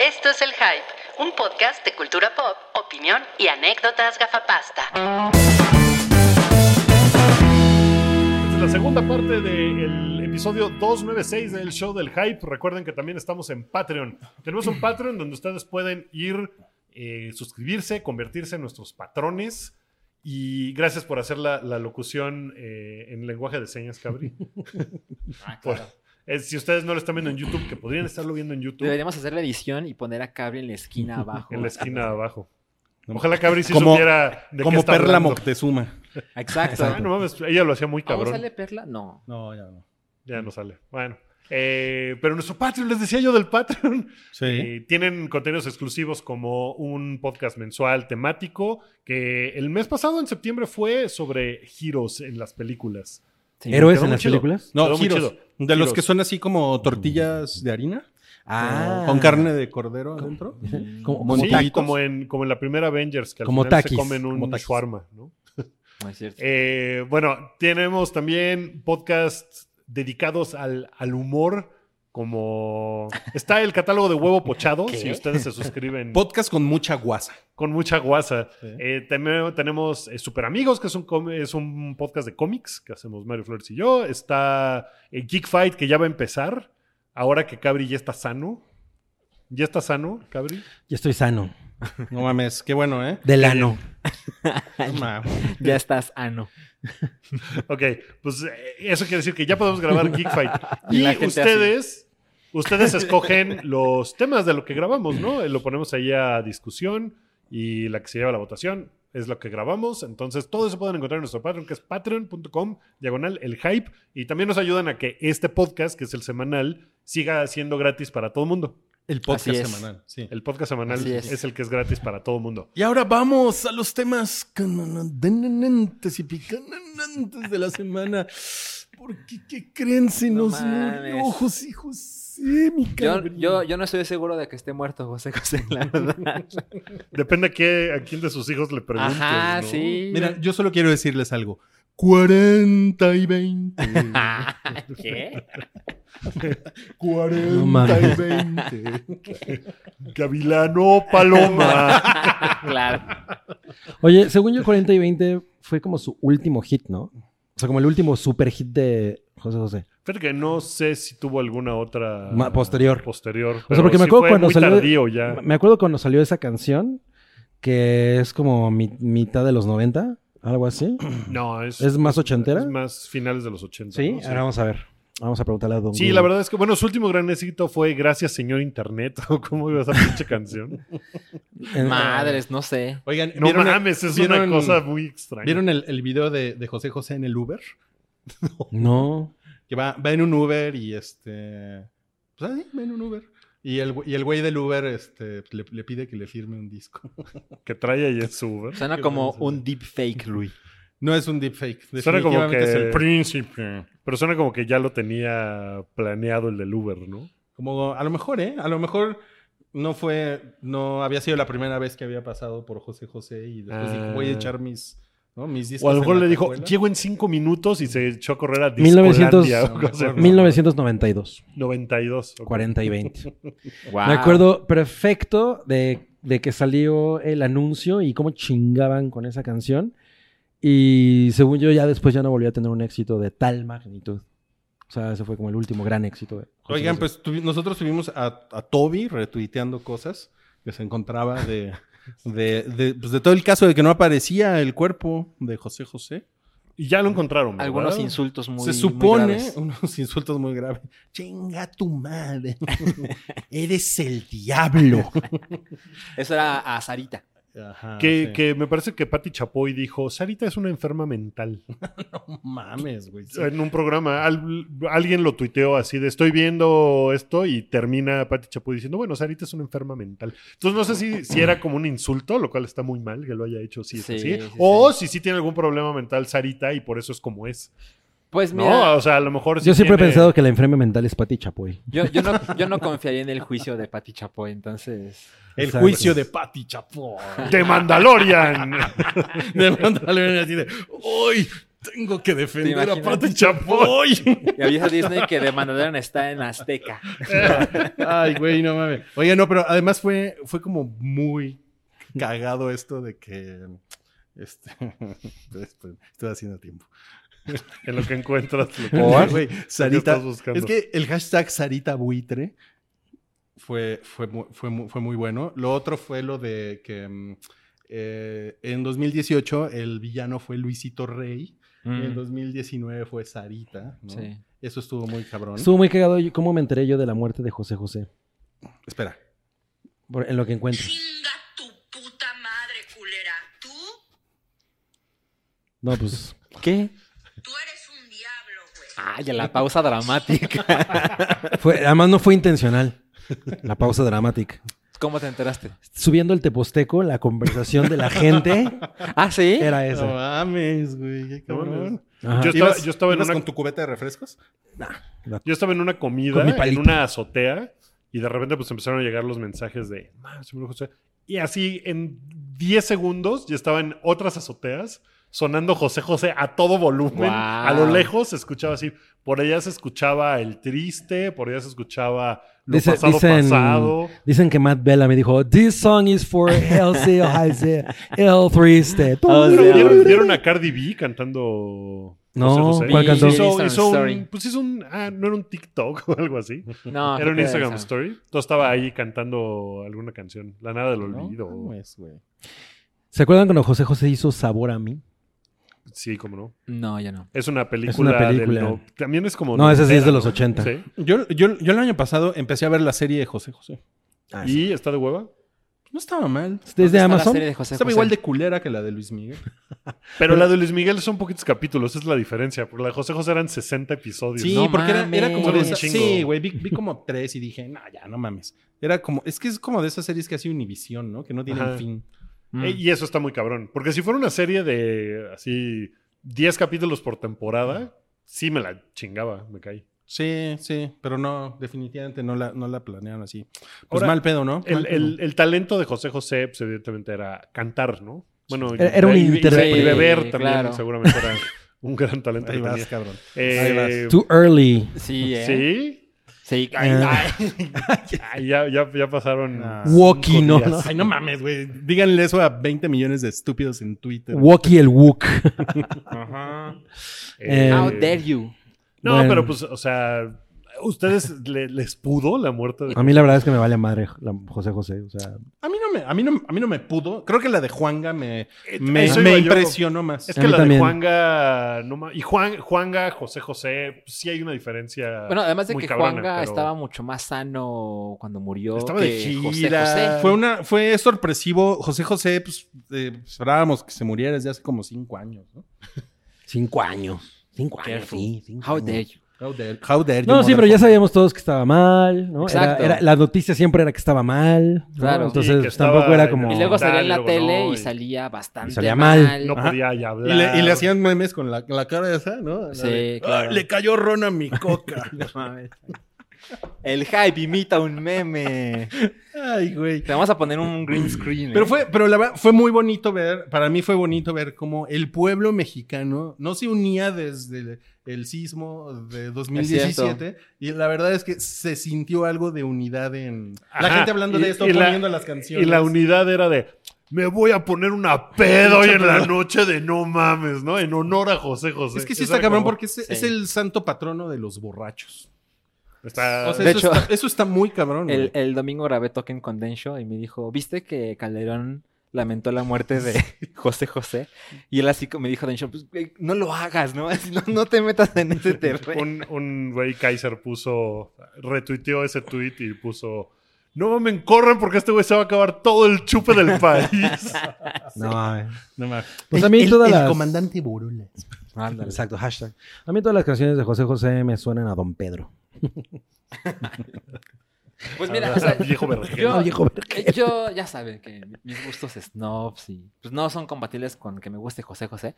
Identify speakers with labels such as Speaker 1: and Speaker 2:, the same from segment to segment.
Speaker 1: Esto es El Hype, un podcast de cultura pop, opinión y anécdotas gafapasta.
Speaker 2: Esta es la segunda parte del episodio 296 del show del hype. Recuerden que también estamos en Patreon. Tenemos un Patreon donde ustedes pueden ir, eh, suscribirse, convertirse en nuestros patrones. Y gracias por hacer la, la locución eh, en lenguaje de señas, Cabri. Por- es- si ustedes no lo están viendo en YouTube, que podrían estarlo viendo en YouTube,
Speaker 3: Deberíamos hacer la edición y poner a Cabri en la esquina abajo.
Speaker 2: en la esquina de abajo. Ojalá Cabri sí
Speaker 4: Como-
Speaker 2: supiera de qué
Speaker 4: Como
Speaker 2: está
Speaker 4: Perla
Speaker 2: hablando.
Speaker 4: Moctezuma.
Speaker 3: Exacto.
Speaker 2: Ah, no mames, ella lo hacía muy
Speaker 3: ¿Aún
Speaker 2: cabrón.
Speaker 3: sale Perla? No.
Speaker 4: No, ya no.
Speaker 5: Mm.
Speaker 2: Ya no sale. Bueno. Eh, pero nuestro Patreon, les decía yo del Patreon.
Speaker 4: Sí.
Speaker 2: Eh, tienen contenidos exclusivos como un podcast mensual temático que el mes pasado, en septiembre, fue sobre giros en las películas.
Speaker 3: Sí.
Speaker 5: Héroes
Speaker 2: Quedó
Speaker 5: en
Speaker 2: muy
Speaker 5: las
Speaker 2: chido.
Speaker 5: películas.
Speaker 2: Quedó
Speaker 4: no,
Speaker 2: muy
Speaker 4: giros.
Speaker 2: chido.
Speaker 4: De
Speaker 2: Giros.
Speaker 4: los que son así como tortillas de harina.
Speaker 5: Ah.
Speaker 4: Con carne de cordero adentro.
Speaker 5: Como,
Speaker 4: Sí,
Speaker 5: como
Speaker 2: Sí,
Speaker 5: taquitos.
Speaker 2: como en, como en la primera Avengers, que al
Speaker 5: Como
Speaker 2: final se
Speaker 5: taquis,
Speaker 2: comen
Speaker 4: como
Speaker 2: un
Speaker 4: taquis.
Speaker 2: shawarma, ¿no?
Speaker 3: No es cierto.
Speaker 2: Eh, bueno, tenemos también podcasts dedicados al, al humor, como... Está el catálogo de huevo pochado, si ustedes se suscriben.
Speaker 4: Podcast con mucha guasa.
Speaker 2: con mucha guasa.
Speaker 4: Sí.
Speaker 2: Eh, teme- tenemos eh, Super Amigos, que es un, com- es un podcast de cómics que hacemos Mario Flores y yo. Está eh, Geek Fight, que ya va a empezar. Ahora que Cabri ya está sano. ¿Ya está sano, Cabri?
Speaker 5: Ya estoy sano.
Speaker 4: No mames, qué bueno, ¿eh?
Speaker 5: Del ano.
Speaker 4: No mames.
Speaker 3: Ya estás ah, ano.
Speaker 2: Ok, pues eh, eso quiere decir que ya podemos grabar Geek Fight.
Speaker 3: Y
Speaker 2: y
Speaker 3: la gente
Speaker 2: ustedes, ustedes escogen los temas de lo que grabamos, ¿no? Eh, Lo ponemos ahí a discusión y la que se lleva la votación es lo que grabamos. Entonces, todo eso pueden encontrar en nuestro Patreon, que es patreon.com, diagonal, el hype. Y también nos ayudan a que este podcast, que es el semanal, siga siendo gratis para todo el mundo.
Speaker 4: El podcast
Speaker 3: Así es.
Speaker 4: semanal. Sí.
Speaker 2: El podcast semanal
Speaker 3: Así
Speaker 2: es.
Speaker 3: es.
Speaker 2: el que es gratis para todo el mundo.
Speaker 4: Y ahora vamos a los temas cananantes y picananantes de la semana. Porque, ¿qué creen? Se
Speaker 3: No
Speaker 4: nos
Speaker 3: mames.
Speaker 4: murió José José, mi
Speaker 3: Yo,
Speaker 4: cabrón.
Speaker 3: yo, yo no estoy seguro de que esté muerto José José, la verdad.
Speaker 2: Depende a, qué- a quién de sus hijos le preguntes.
Speaker 3: Ajá,
Speaker 2: ¿no?
Speaker 3: sí.
Speaker 4: Mira, yo solo quiero decirles algo. 40 y 20.
Speaker 3: Ah. ¿Qué?
Speaker 4: 40
Speaker 5: No
Speaker 4: y
Speaker 5: mames.
Speaker 4: 20.
Speaker 2: Gavilano oh, Paloma.
Speaker 3: Claro.
Speaker 5: Oye, según yo, 40 y 20 fue como su último hit, ¿no? O sea, como el último super hit de José José.
Speaker 2: Fíjate que no sé si tuvo alguna otra
Speaker 5: Ma- posterior.
Speaker 2: Posterior.
Speaker 5: O sea, porque me acuerdo cuando
Speaker 2: muy
Speaker 5: salió-
Speaker 2: tardío ya.
Speaker 5: Me acuerdo cuando salió esa canción, que es como mi- mitad de los 90, algo así.
Speaker 2: No, es,
Speaker 5: ¿Es más ochentera?
Speaker 2: es más finales de los 80.
Speaker 5: Sí,
Speaker 2: ¿no?
Speaker 5: ahora vamos a ver. Vamos a preguntarle a Don
Speaker 2: Sí,
Speaker 5: Google.
Speaker 2: la verdad es que, bueno, su último gran éxito fue Gracias, señor Internet, o cómo iba esa pinche canción.
Speaker 5: En-
Speaker 3: Madres, no sé.
Speaker 4: Oigan,
Speaker 2: No
Speaker 4: ¿vieron el-
Speaker 2: mames, es una
Speaker 4: vieron-
Speaker 2: cosa muy extraña.
Speaker 4: ¿Vieron el, el video de, de José José en el Uber?
Speaker 5: No.
Speaker 4: Que va, va en un Uber y este. Pues así, va en un Uber. Y el, güey- y el güey del Uber este, le, le pide que le firme un disco.
Speaker 2: Que trae ahí en su Uber.
Speaker 3: Suena como un deep fake, Luis.
Speaker 4: No es un deepfake.
Speaker 2: Suena como
Speaker 4: definitivamente
Speaker 2: que
Speaker 4: es el pri-
Speaker 2: príncipe. Pero suena como que ya lo tenía planeado el del Uber, ¿no?
Speaker 4: Como a lo mejor, ¿eh? A lo mejor no fue. No había sido la primera vez que había pasado por José José y después
Speaker 2: Ah.
Speaker 4: dijo, voy a echar mis, ¿no? mis discos.
Speaker 2: O a lo mejor
Speaker 4: en la
Speaker 2: le dijo,
Speaker 4: cajuela".
Speaker 2: llego en cinco minutos y se echó a correr a
Speaker 5: 1900
Speaker 2: Discolandia. o algo así.
Speaker 5: 1992,
Speaker 2: 92. ok.
Speaker 5: 40 y 20.
Speaker 3: Wow.
Speaker 5: Me acuerdo perfecto de, de que salió el anuncio y cómo chingaban con esa canción. Y según yo, ya después ya no volvió a tener un éxito de tal magnitud. O sea, ese fue como el último gran éxito. de José
Speaker 4: Oigan,
Speaker 5: José.
Speaker 4: pues tuvi- nosotros tuvimos a, a Toby retuiteando cosas que se encontraba de, de, de, pues, de todo el caso de que no aparecía el cuerpo de José José.
Speaker 2: Y ya lo encontraron. ¿verdad?
Speaker 3: Algunos insultos muy
Speaker 4: se
Speaker 3: muy
Speaker 4: supone
Speaker 3: graves.
Speaker 4: unos insultos muy graves. Chinga tu madre. Eres el diablo.
Speaker 3: Eso era a Sarita. Ah,
Speaker 4: Ajá,
Speaker 2: Que,
Speaker 4: sí.
Speaker 2: que me parece que Patti Chapoy dijo, Sarita es una enferma mental.
Speaker 4: No mames, güey. Sí.
Speaker 2: En un programa, al- alguien lo tuiteó así de, estoy viendo esto y termina Patti Chapoy diciendo, bueno, Sarita es una enferma mental. Entonces no sé si, si era como un insulto, lo cual está muy mal que lo haya hecho si es
Speaker 3: Sí,
Speaker 2: así.
Speaker 3: sí,
Speaker 2: o si sí tiene algún problema mental Sarita y por eso es como es.
Speaker 3: Pues
Speaker 2: No,
Speaker 3: mira,
Speaker 2: o sea, a lo mejor... sí
Speaker 5: yo siempre he
Speaker 2: tiene-
Speaker 5: pensado que la enfermedad mental es Pati Chapoy.
Speaker 3: Yo, yo, no, yo no confiaría en el juicio de Pati Chapoy, entonces.
Speaker 4: El
Speaker 5: Exacto.
Speaker 4: juicio de Pati Chapoy.
Speaker 2: De Mandalorian.
Speaker 4: De pronto le ven así de, ¡Uy! Tengo que defender a
Speaker 3: imaginas?
Speaker 4: Pati Chapoy.
Speaker 3: Y avisa a Disney que The Mandalorian está en Azteca.
Speaker 4: Ay, güey, no mames. Oye, no, pero además fue, fue como muy cagado esto de que. Este, pues, pues, estoy haciendo tiempo.
Speaker 2: En lo que encuentras. lo que-
Speaker 4: Güey, Sarita.
Speaker 2: estás buscando?
Speaker 4: Es que el hashtag Sarita Buitre fue, fue, mu- fue, mu- fue muy bueno. Lo otro fue lo de que mm, eh, en 2018 el villano fue Luisito Rey. y En
Speaker 3: Mm,
Speaker 4: 2019 fue Sarita. ¿no?
Speaker 3: sí.
Speaker 4: Eso estuvo muy cabrón.
Speaker 5: Estuvo muy cagado yo- cómo me enteré yo de la muerte de José José.
Speaker 4: Espera.
Speaker 5: Por- en lo que encuentro.
Speaker 6: Chinga tu puta madre, culera. Tú,
Speaker 5: No, pues.
Speaker 3: ¿Qué?
Speaker 6: tú eres un diablo, güey.
Speaker 3: Ay, a Ah, la pausa dramática.
Speaker 5: Fue, además, no fue intencional. La pausa dramática.
Speaker 3: ¿Cómo te enteraste?
Speaker 5: Subiendo el teposteco, la conversación de la gente
Speaker 3: Ah, sí.
Speaker 5: era
Speaker 4: No
Speaker 5: esa.
Speaker 4: mames, güey. Qué cabrón.
Speaker 5: Ajá.
Speaker 2: Yo estaba,
Speaker 4: ¿Ibas-
Speaker 2: yo estaba en
Speaker 4: ibas
Speaker 2: una
Speaker 4: con tu cubeta de refrescos?
Speaker 2: Yo estaba en una comida,
Speaker 5: Con mi
Speaker 2: en
Speaker 5: palito.
Speaker 2: una azotea, y de repente pues empezaron a llegar los mensajes de, "Ma, se murió José". Y así en 10 segundos ya estaba en otras azoteas sonando José José a todo volumen.
Speaker 3: Wow.
Speaker 2: A lo lejos se escuchaba así, por allá se escuchaba el triste, por allá se escuchaba lo
Speaker 5: Dice-
Speaker 2: pasado
Speaker 5: dicen,
Speaker 2: pasado.
Speaker 5: dicen que Matt Bella me dijo, This song is for LC Ojaize, El Triste.
Speaker 2: Ah,
Speaker 3: sí,
Speaker 2: ¿Vieron,
Speaker 3: ahora-
Speaker 2: vieron a Cardi B cantando
Speaker 5: No,
Speaker 2: José José?
Speaker 5: ¿cuál cantó?
Speaker 2: Hizo,
Speaker 3: Instagram
Speaker 2: hizo
Speaker 3: Story.
Speaker 2: un, pues hizo un, ah, no era un TikTok o algo así.
Speaker 5: Ah,
Speaker 3: No, Ah,
Speaker 2: Era
Speaker 3: creo
Speaker 2: un
Speaker 3: que
Speaker 2: Instagram
Speaker 3: esa.
Speaker 2: story. Todo estaba ahí cantando alguna canción. La nada del olvido.
Speaker 5: Ah,
Speaker 4: No mames, güey.
Speaker 5: ¿Se acuerdan cuando José José hizo Sabor a mí?
Speaker 2: Sí, cómo no.
Speaker 3: No, ya no.
Speaker 2: Es una película.
Speaker 5: película.
Speaker 2: del no- También es como.
Speaker 5: No, ese sí es
Speaker 2: noventera,
Speaker 5: de los 80.
Speaker 2: ¿no? Sí.
Speaker 4: Yo, yo, yo el año pasado empecé a ver la serie de José José.
Speaker 5: Ah, sí.
Speaker 2: ¿Y está de hueva?
Speaker 4: No estaba mal.
Speaker 5: ¿Es de
Speaker 3: ¿Dónde está la
Speaker 5: Amazon?
Speaker 3: serie de José
Speaker 4: Estaba
Speaker 3: José?
Speaker 4: igual de culera que la de Luis Miguel.
Speaker 2: Pero la de Luis Miguel son poquitos capítulos, es la diferencia. Porque la de José José eran 60 episodios.
Speaker 4: Sí,
Speaker 3: No
Speaker 4: porque era,
Speaker 3: mames.
Speaker 4: era como de
Speaker 2: Son un
Speaker 4: esas-
Speaker 2: chingo.
Speaker 4: Sí, güey, vi, vi como tres y dije, no, ya, no mames. Era como, es que es como de esas series que hace Univision, ¿no? Que no tienen
Speaker 2: Ajá.
Speaker 4: fin.
Speaker 3: Mm.
Speaker 2: Eh, Y eso está muy cabrón. Porque si fuera una serie de así 10 capítulos por temporada, sí me la chingaba, me caí.
Speaker 4: Sí, sí, pero no, definitivamente no la, no la planearon así. Pues
Speaker 2: Ahora,
Speaker 4: mal pedo, ¿no?
Speaker 2: El,
Speaker 4: Mal pedo.
Speaker 2: el- el talento de José José, pues, evidentemente, era cantar, ¿no? Bueno,
Speaker 5: Era- era un
Speaker 2: y- y- y-
Speaker 5: intérprete.
Speaker 2: Y beber
Speaker 3: Sí,
Speaker 2: también,
Speaker 3: claro.
Speaker 2: seguramente era un gran talento.
Speaker 4: Ahí
Speaker 2: que
Speaker 4: vas,
Speaker 2: tenía.
Speaker 4: cabrón.
Speaker 2: Eh, pues,
Speaker 5: Too early.
Speaker 3: Sí, ¿eh?
Speaker 2: Sí. Eh,
Speaker 3: Sí.
Speaker 5: Ay,
Speaker 2: Ay, ya, ya, ya pasaron.
Speaker 4: Ah.
Speaker 2: cinco
Speaker 5: Walkie, ¿no?
Speaker 2: días.
Speaker 4: Ay, no mames, güey. Díganle eso a 20 millones de estúpidos en Twitter.
Speaker 5: Walkie el Wook.
Speaker 2: Eh,
Speaker 3: How dare you.
Speaker 2: No,
Speaker 5: Ah, Bueno.
Speaker 2: pero pues, o sea, ¿ustedes le- les pudo la muerte de
Speaker 5: A mí la verdad es que me vale madre la- José José. O sea,
Speaker 4: A mí no me, a mí no, a mí no me pudo. Creo que la de Juanga me,
Speaker 2: Eh,
Speaker 4: me,
Speaker 2: eso
Speaker 4: me
Speaker 2: iba yo.
Speaker 4: impresionó más.
Speaker 2: Es
Speaker 5: A
Speaker 2: que
Speaker 5: mí
Speaker 2: la
Speaker 5: también.
Speaker 2: de Juanga. No, ma- y Juan, Juanga, José José, pues, sí hay una diferencia.
Speaker 3: Bueno, además de
Speaker 2: muy
Speaker 3: que
Speaker 2: cabrona,
Speaker 3: Juanga
Speaker 2: pero-
Speaker 3: estaba mucho más sano cuando murió.
Speaker 2: Estaba de
Speaker 3: que
Speaker 2: gira.
Speaker 3: José José.
Speaker 4: Fue una, fue sorpresivo. José José, pues, eh, esperábamos que se muriera desde hace como cinco años, ¿no?
Speaker 5: cinco años. Cinco años, sí. cinco
Speaker 3: How
Speaker 5: años.
Speaker 3: dare you.
Speaker 4: How dare, how dare you,
Speaker 5: No, sí, pero ya
Speaker 4: motherfucker.
Speaker 5: sabíamos todos que estaba mal, ¿no? Era,
Speaker 3: Exacto.
Speaker 5: era- la noticia siempre era que estaba mal. ¿no?
Speaker 3: Claro.
Speaker 5: Entonces
Speaker 2: Sí, que
Speaker 5: pues, tampoco
Speaker 2: estaba
Speaker 5: era
Speaker 2: en-
Speaker 5: como...
Speaker 3: Y luego salía en la
Speaker 2: Luego no,
Speaker 3: tele
Speaker 2: y-
Speaker 3: y salía bastante.
Speaker 5: y salía mal.
Speaker 2: No
Speaker 4: Ajá.
Speaker 2: podía ya hablar.
Speaker 4: Y le, y le hacían memes con la, la cara esa, ¿no? La
Speaker 3: Sí,
Speaker 4: de,
Speaker 3: claro.
Speaker 4: "Ah, le cayó ron a mi coca.
Speaker 3: El hype imita un meme.
Speaker 4: Ay, güey.
Speaker 3: Te vamos a poner un green screen.
Speaker 4: Pero
Speaker 3: ¿eh?
Speaker 4: fue, pero la verdad, fue muy bonito ver, para mí fue bonito ver cómo el pueblo mexicano no se unía desde el, el sismo de 2017 y la verdad es que se sintió algo de unidad en la
Speaker 2: Ajá,
Speaker 4: gente hablando
Speaker 2: y-
Speaker 4: de esto,
Speaker 2: y la-
Speaker 4: poniendo las canciones.
Speaker 2: Y la unidad era de. Me voy a poner una peda hoy en la noche de no mames, ¿no? En honor a José José.
Speaker 4: es que sí
Speaker 2: Eso
Speaker 4: está
Speaker 2: era
Speaker 4: cabrón
Speaker 2: como-
Speaker 4: porque es,
Speaker 3: sí.
Speaker 4: es el santo patrono de los borrachos.
Speaker 2: Está-
Speaker 4: O sea,
Speaker 3: De
Speaker 4: eso,
Speaker 3: hecho-
Speaker 4: está, eso está muy cabrón. güey.
Speaker 3: El, el domingo grabé Token con Densho y me dijo, ¿viste que Calderón lamentó la muerte de José José? Y él así como- me dijo, Densho, pues güey, no lo hagas, ¿no? Así, No, no te metas en ese terreno.
Speaker 2: un, un güey Kaiser puso, retuiteó ese tweet y puso, no mames, corran porque este güey se va a acabar todo el chupe del país.
Speaker 5: No, eh.
Speaker 4: No mames.
Speaker 5: Pues a mí todas las-
Speaker 4: Borola.
Speaker 3: Ándale.
Speaker 5: Exacto, hashtag. A mí todas las canciones de José José me suenan a Don Pedro.
Speaker 3: Pues mira,
Speaker 2: Ah,
Speaker 3: o sea,
Speaker 2: viejo vergel.
Speaker 3: yo-
Speaker 5: No, viejo,
Speaker 3: Eh, Yo ya saben que mis gustos snobs y pues no son compatibles con que me guste José José.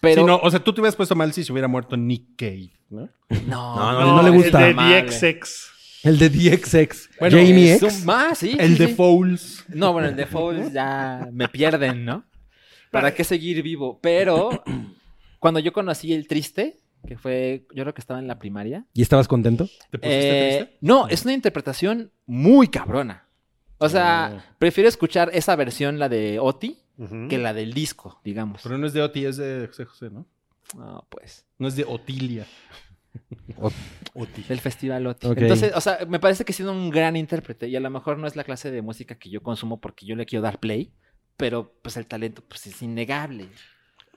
Speaker 3: Pero
Speaker 4: Sí, no, o sea, tú te hubieras puesto mal si se hubiera muerto Nick Cave, ¿no?
Speaker 3: no,
Speaker 5: No, no, no le gusta.
Speaker 2: El de DXX.
Speaker 5: El de DXX.
Speaker 4: Bueno,
Speaker 5: Jamie
Speaker 3: es
Speaker 5: X.
Speaker 3: un- ah, sí,
Speaker 4: El
Speaker 3: sí,
Speaker 4: de
Speaker 3: sí.
Speaker 4: Fouls.
Speaker 3: No, bueno, el de Foles ya me pierden, ¿no? ¿Para qué seguir vivo? Pero Cuando yo conocí el triste, que fue, yo creo que estaba en la primaria.
Speaker 5: ¿Y estabas contento?
Speaker 4: ¿Te pusiste
Speaker 3: eh,
Speaker 4: triste?
Speaker 3: No, es una interpretación muy cabrona. O sea,
Speaker 4: Oh.
Speaker 3: prefiero escuchar esa versión, la de Oti,
Speaker 2: Ujú.
Speaker 3: eh.
Speaker 4: Mm.
Speaker 3: que la del disco, digamos.
Speaker 4: Pero no es de Oti, es de José José, ¿no?
Speaker 3: Ah, pues.
Speaker 4: No es de Otilia.
Speaker 5: Ot-
Speaker 4: Oti.
Speaker 3: Del festival Oti.
Speaker 5: Ok.
Speaker 3: Entonces, o sea, me parece que siendo un gran intérprete y a lo mejor no es la clase de música que yo consumo porque yo le quiero dar play, pero pues el talento pues es innegable.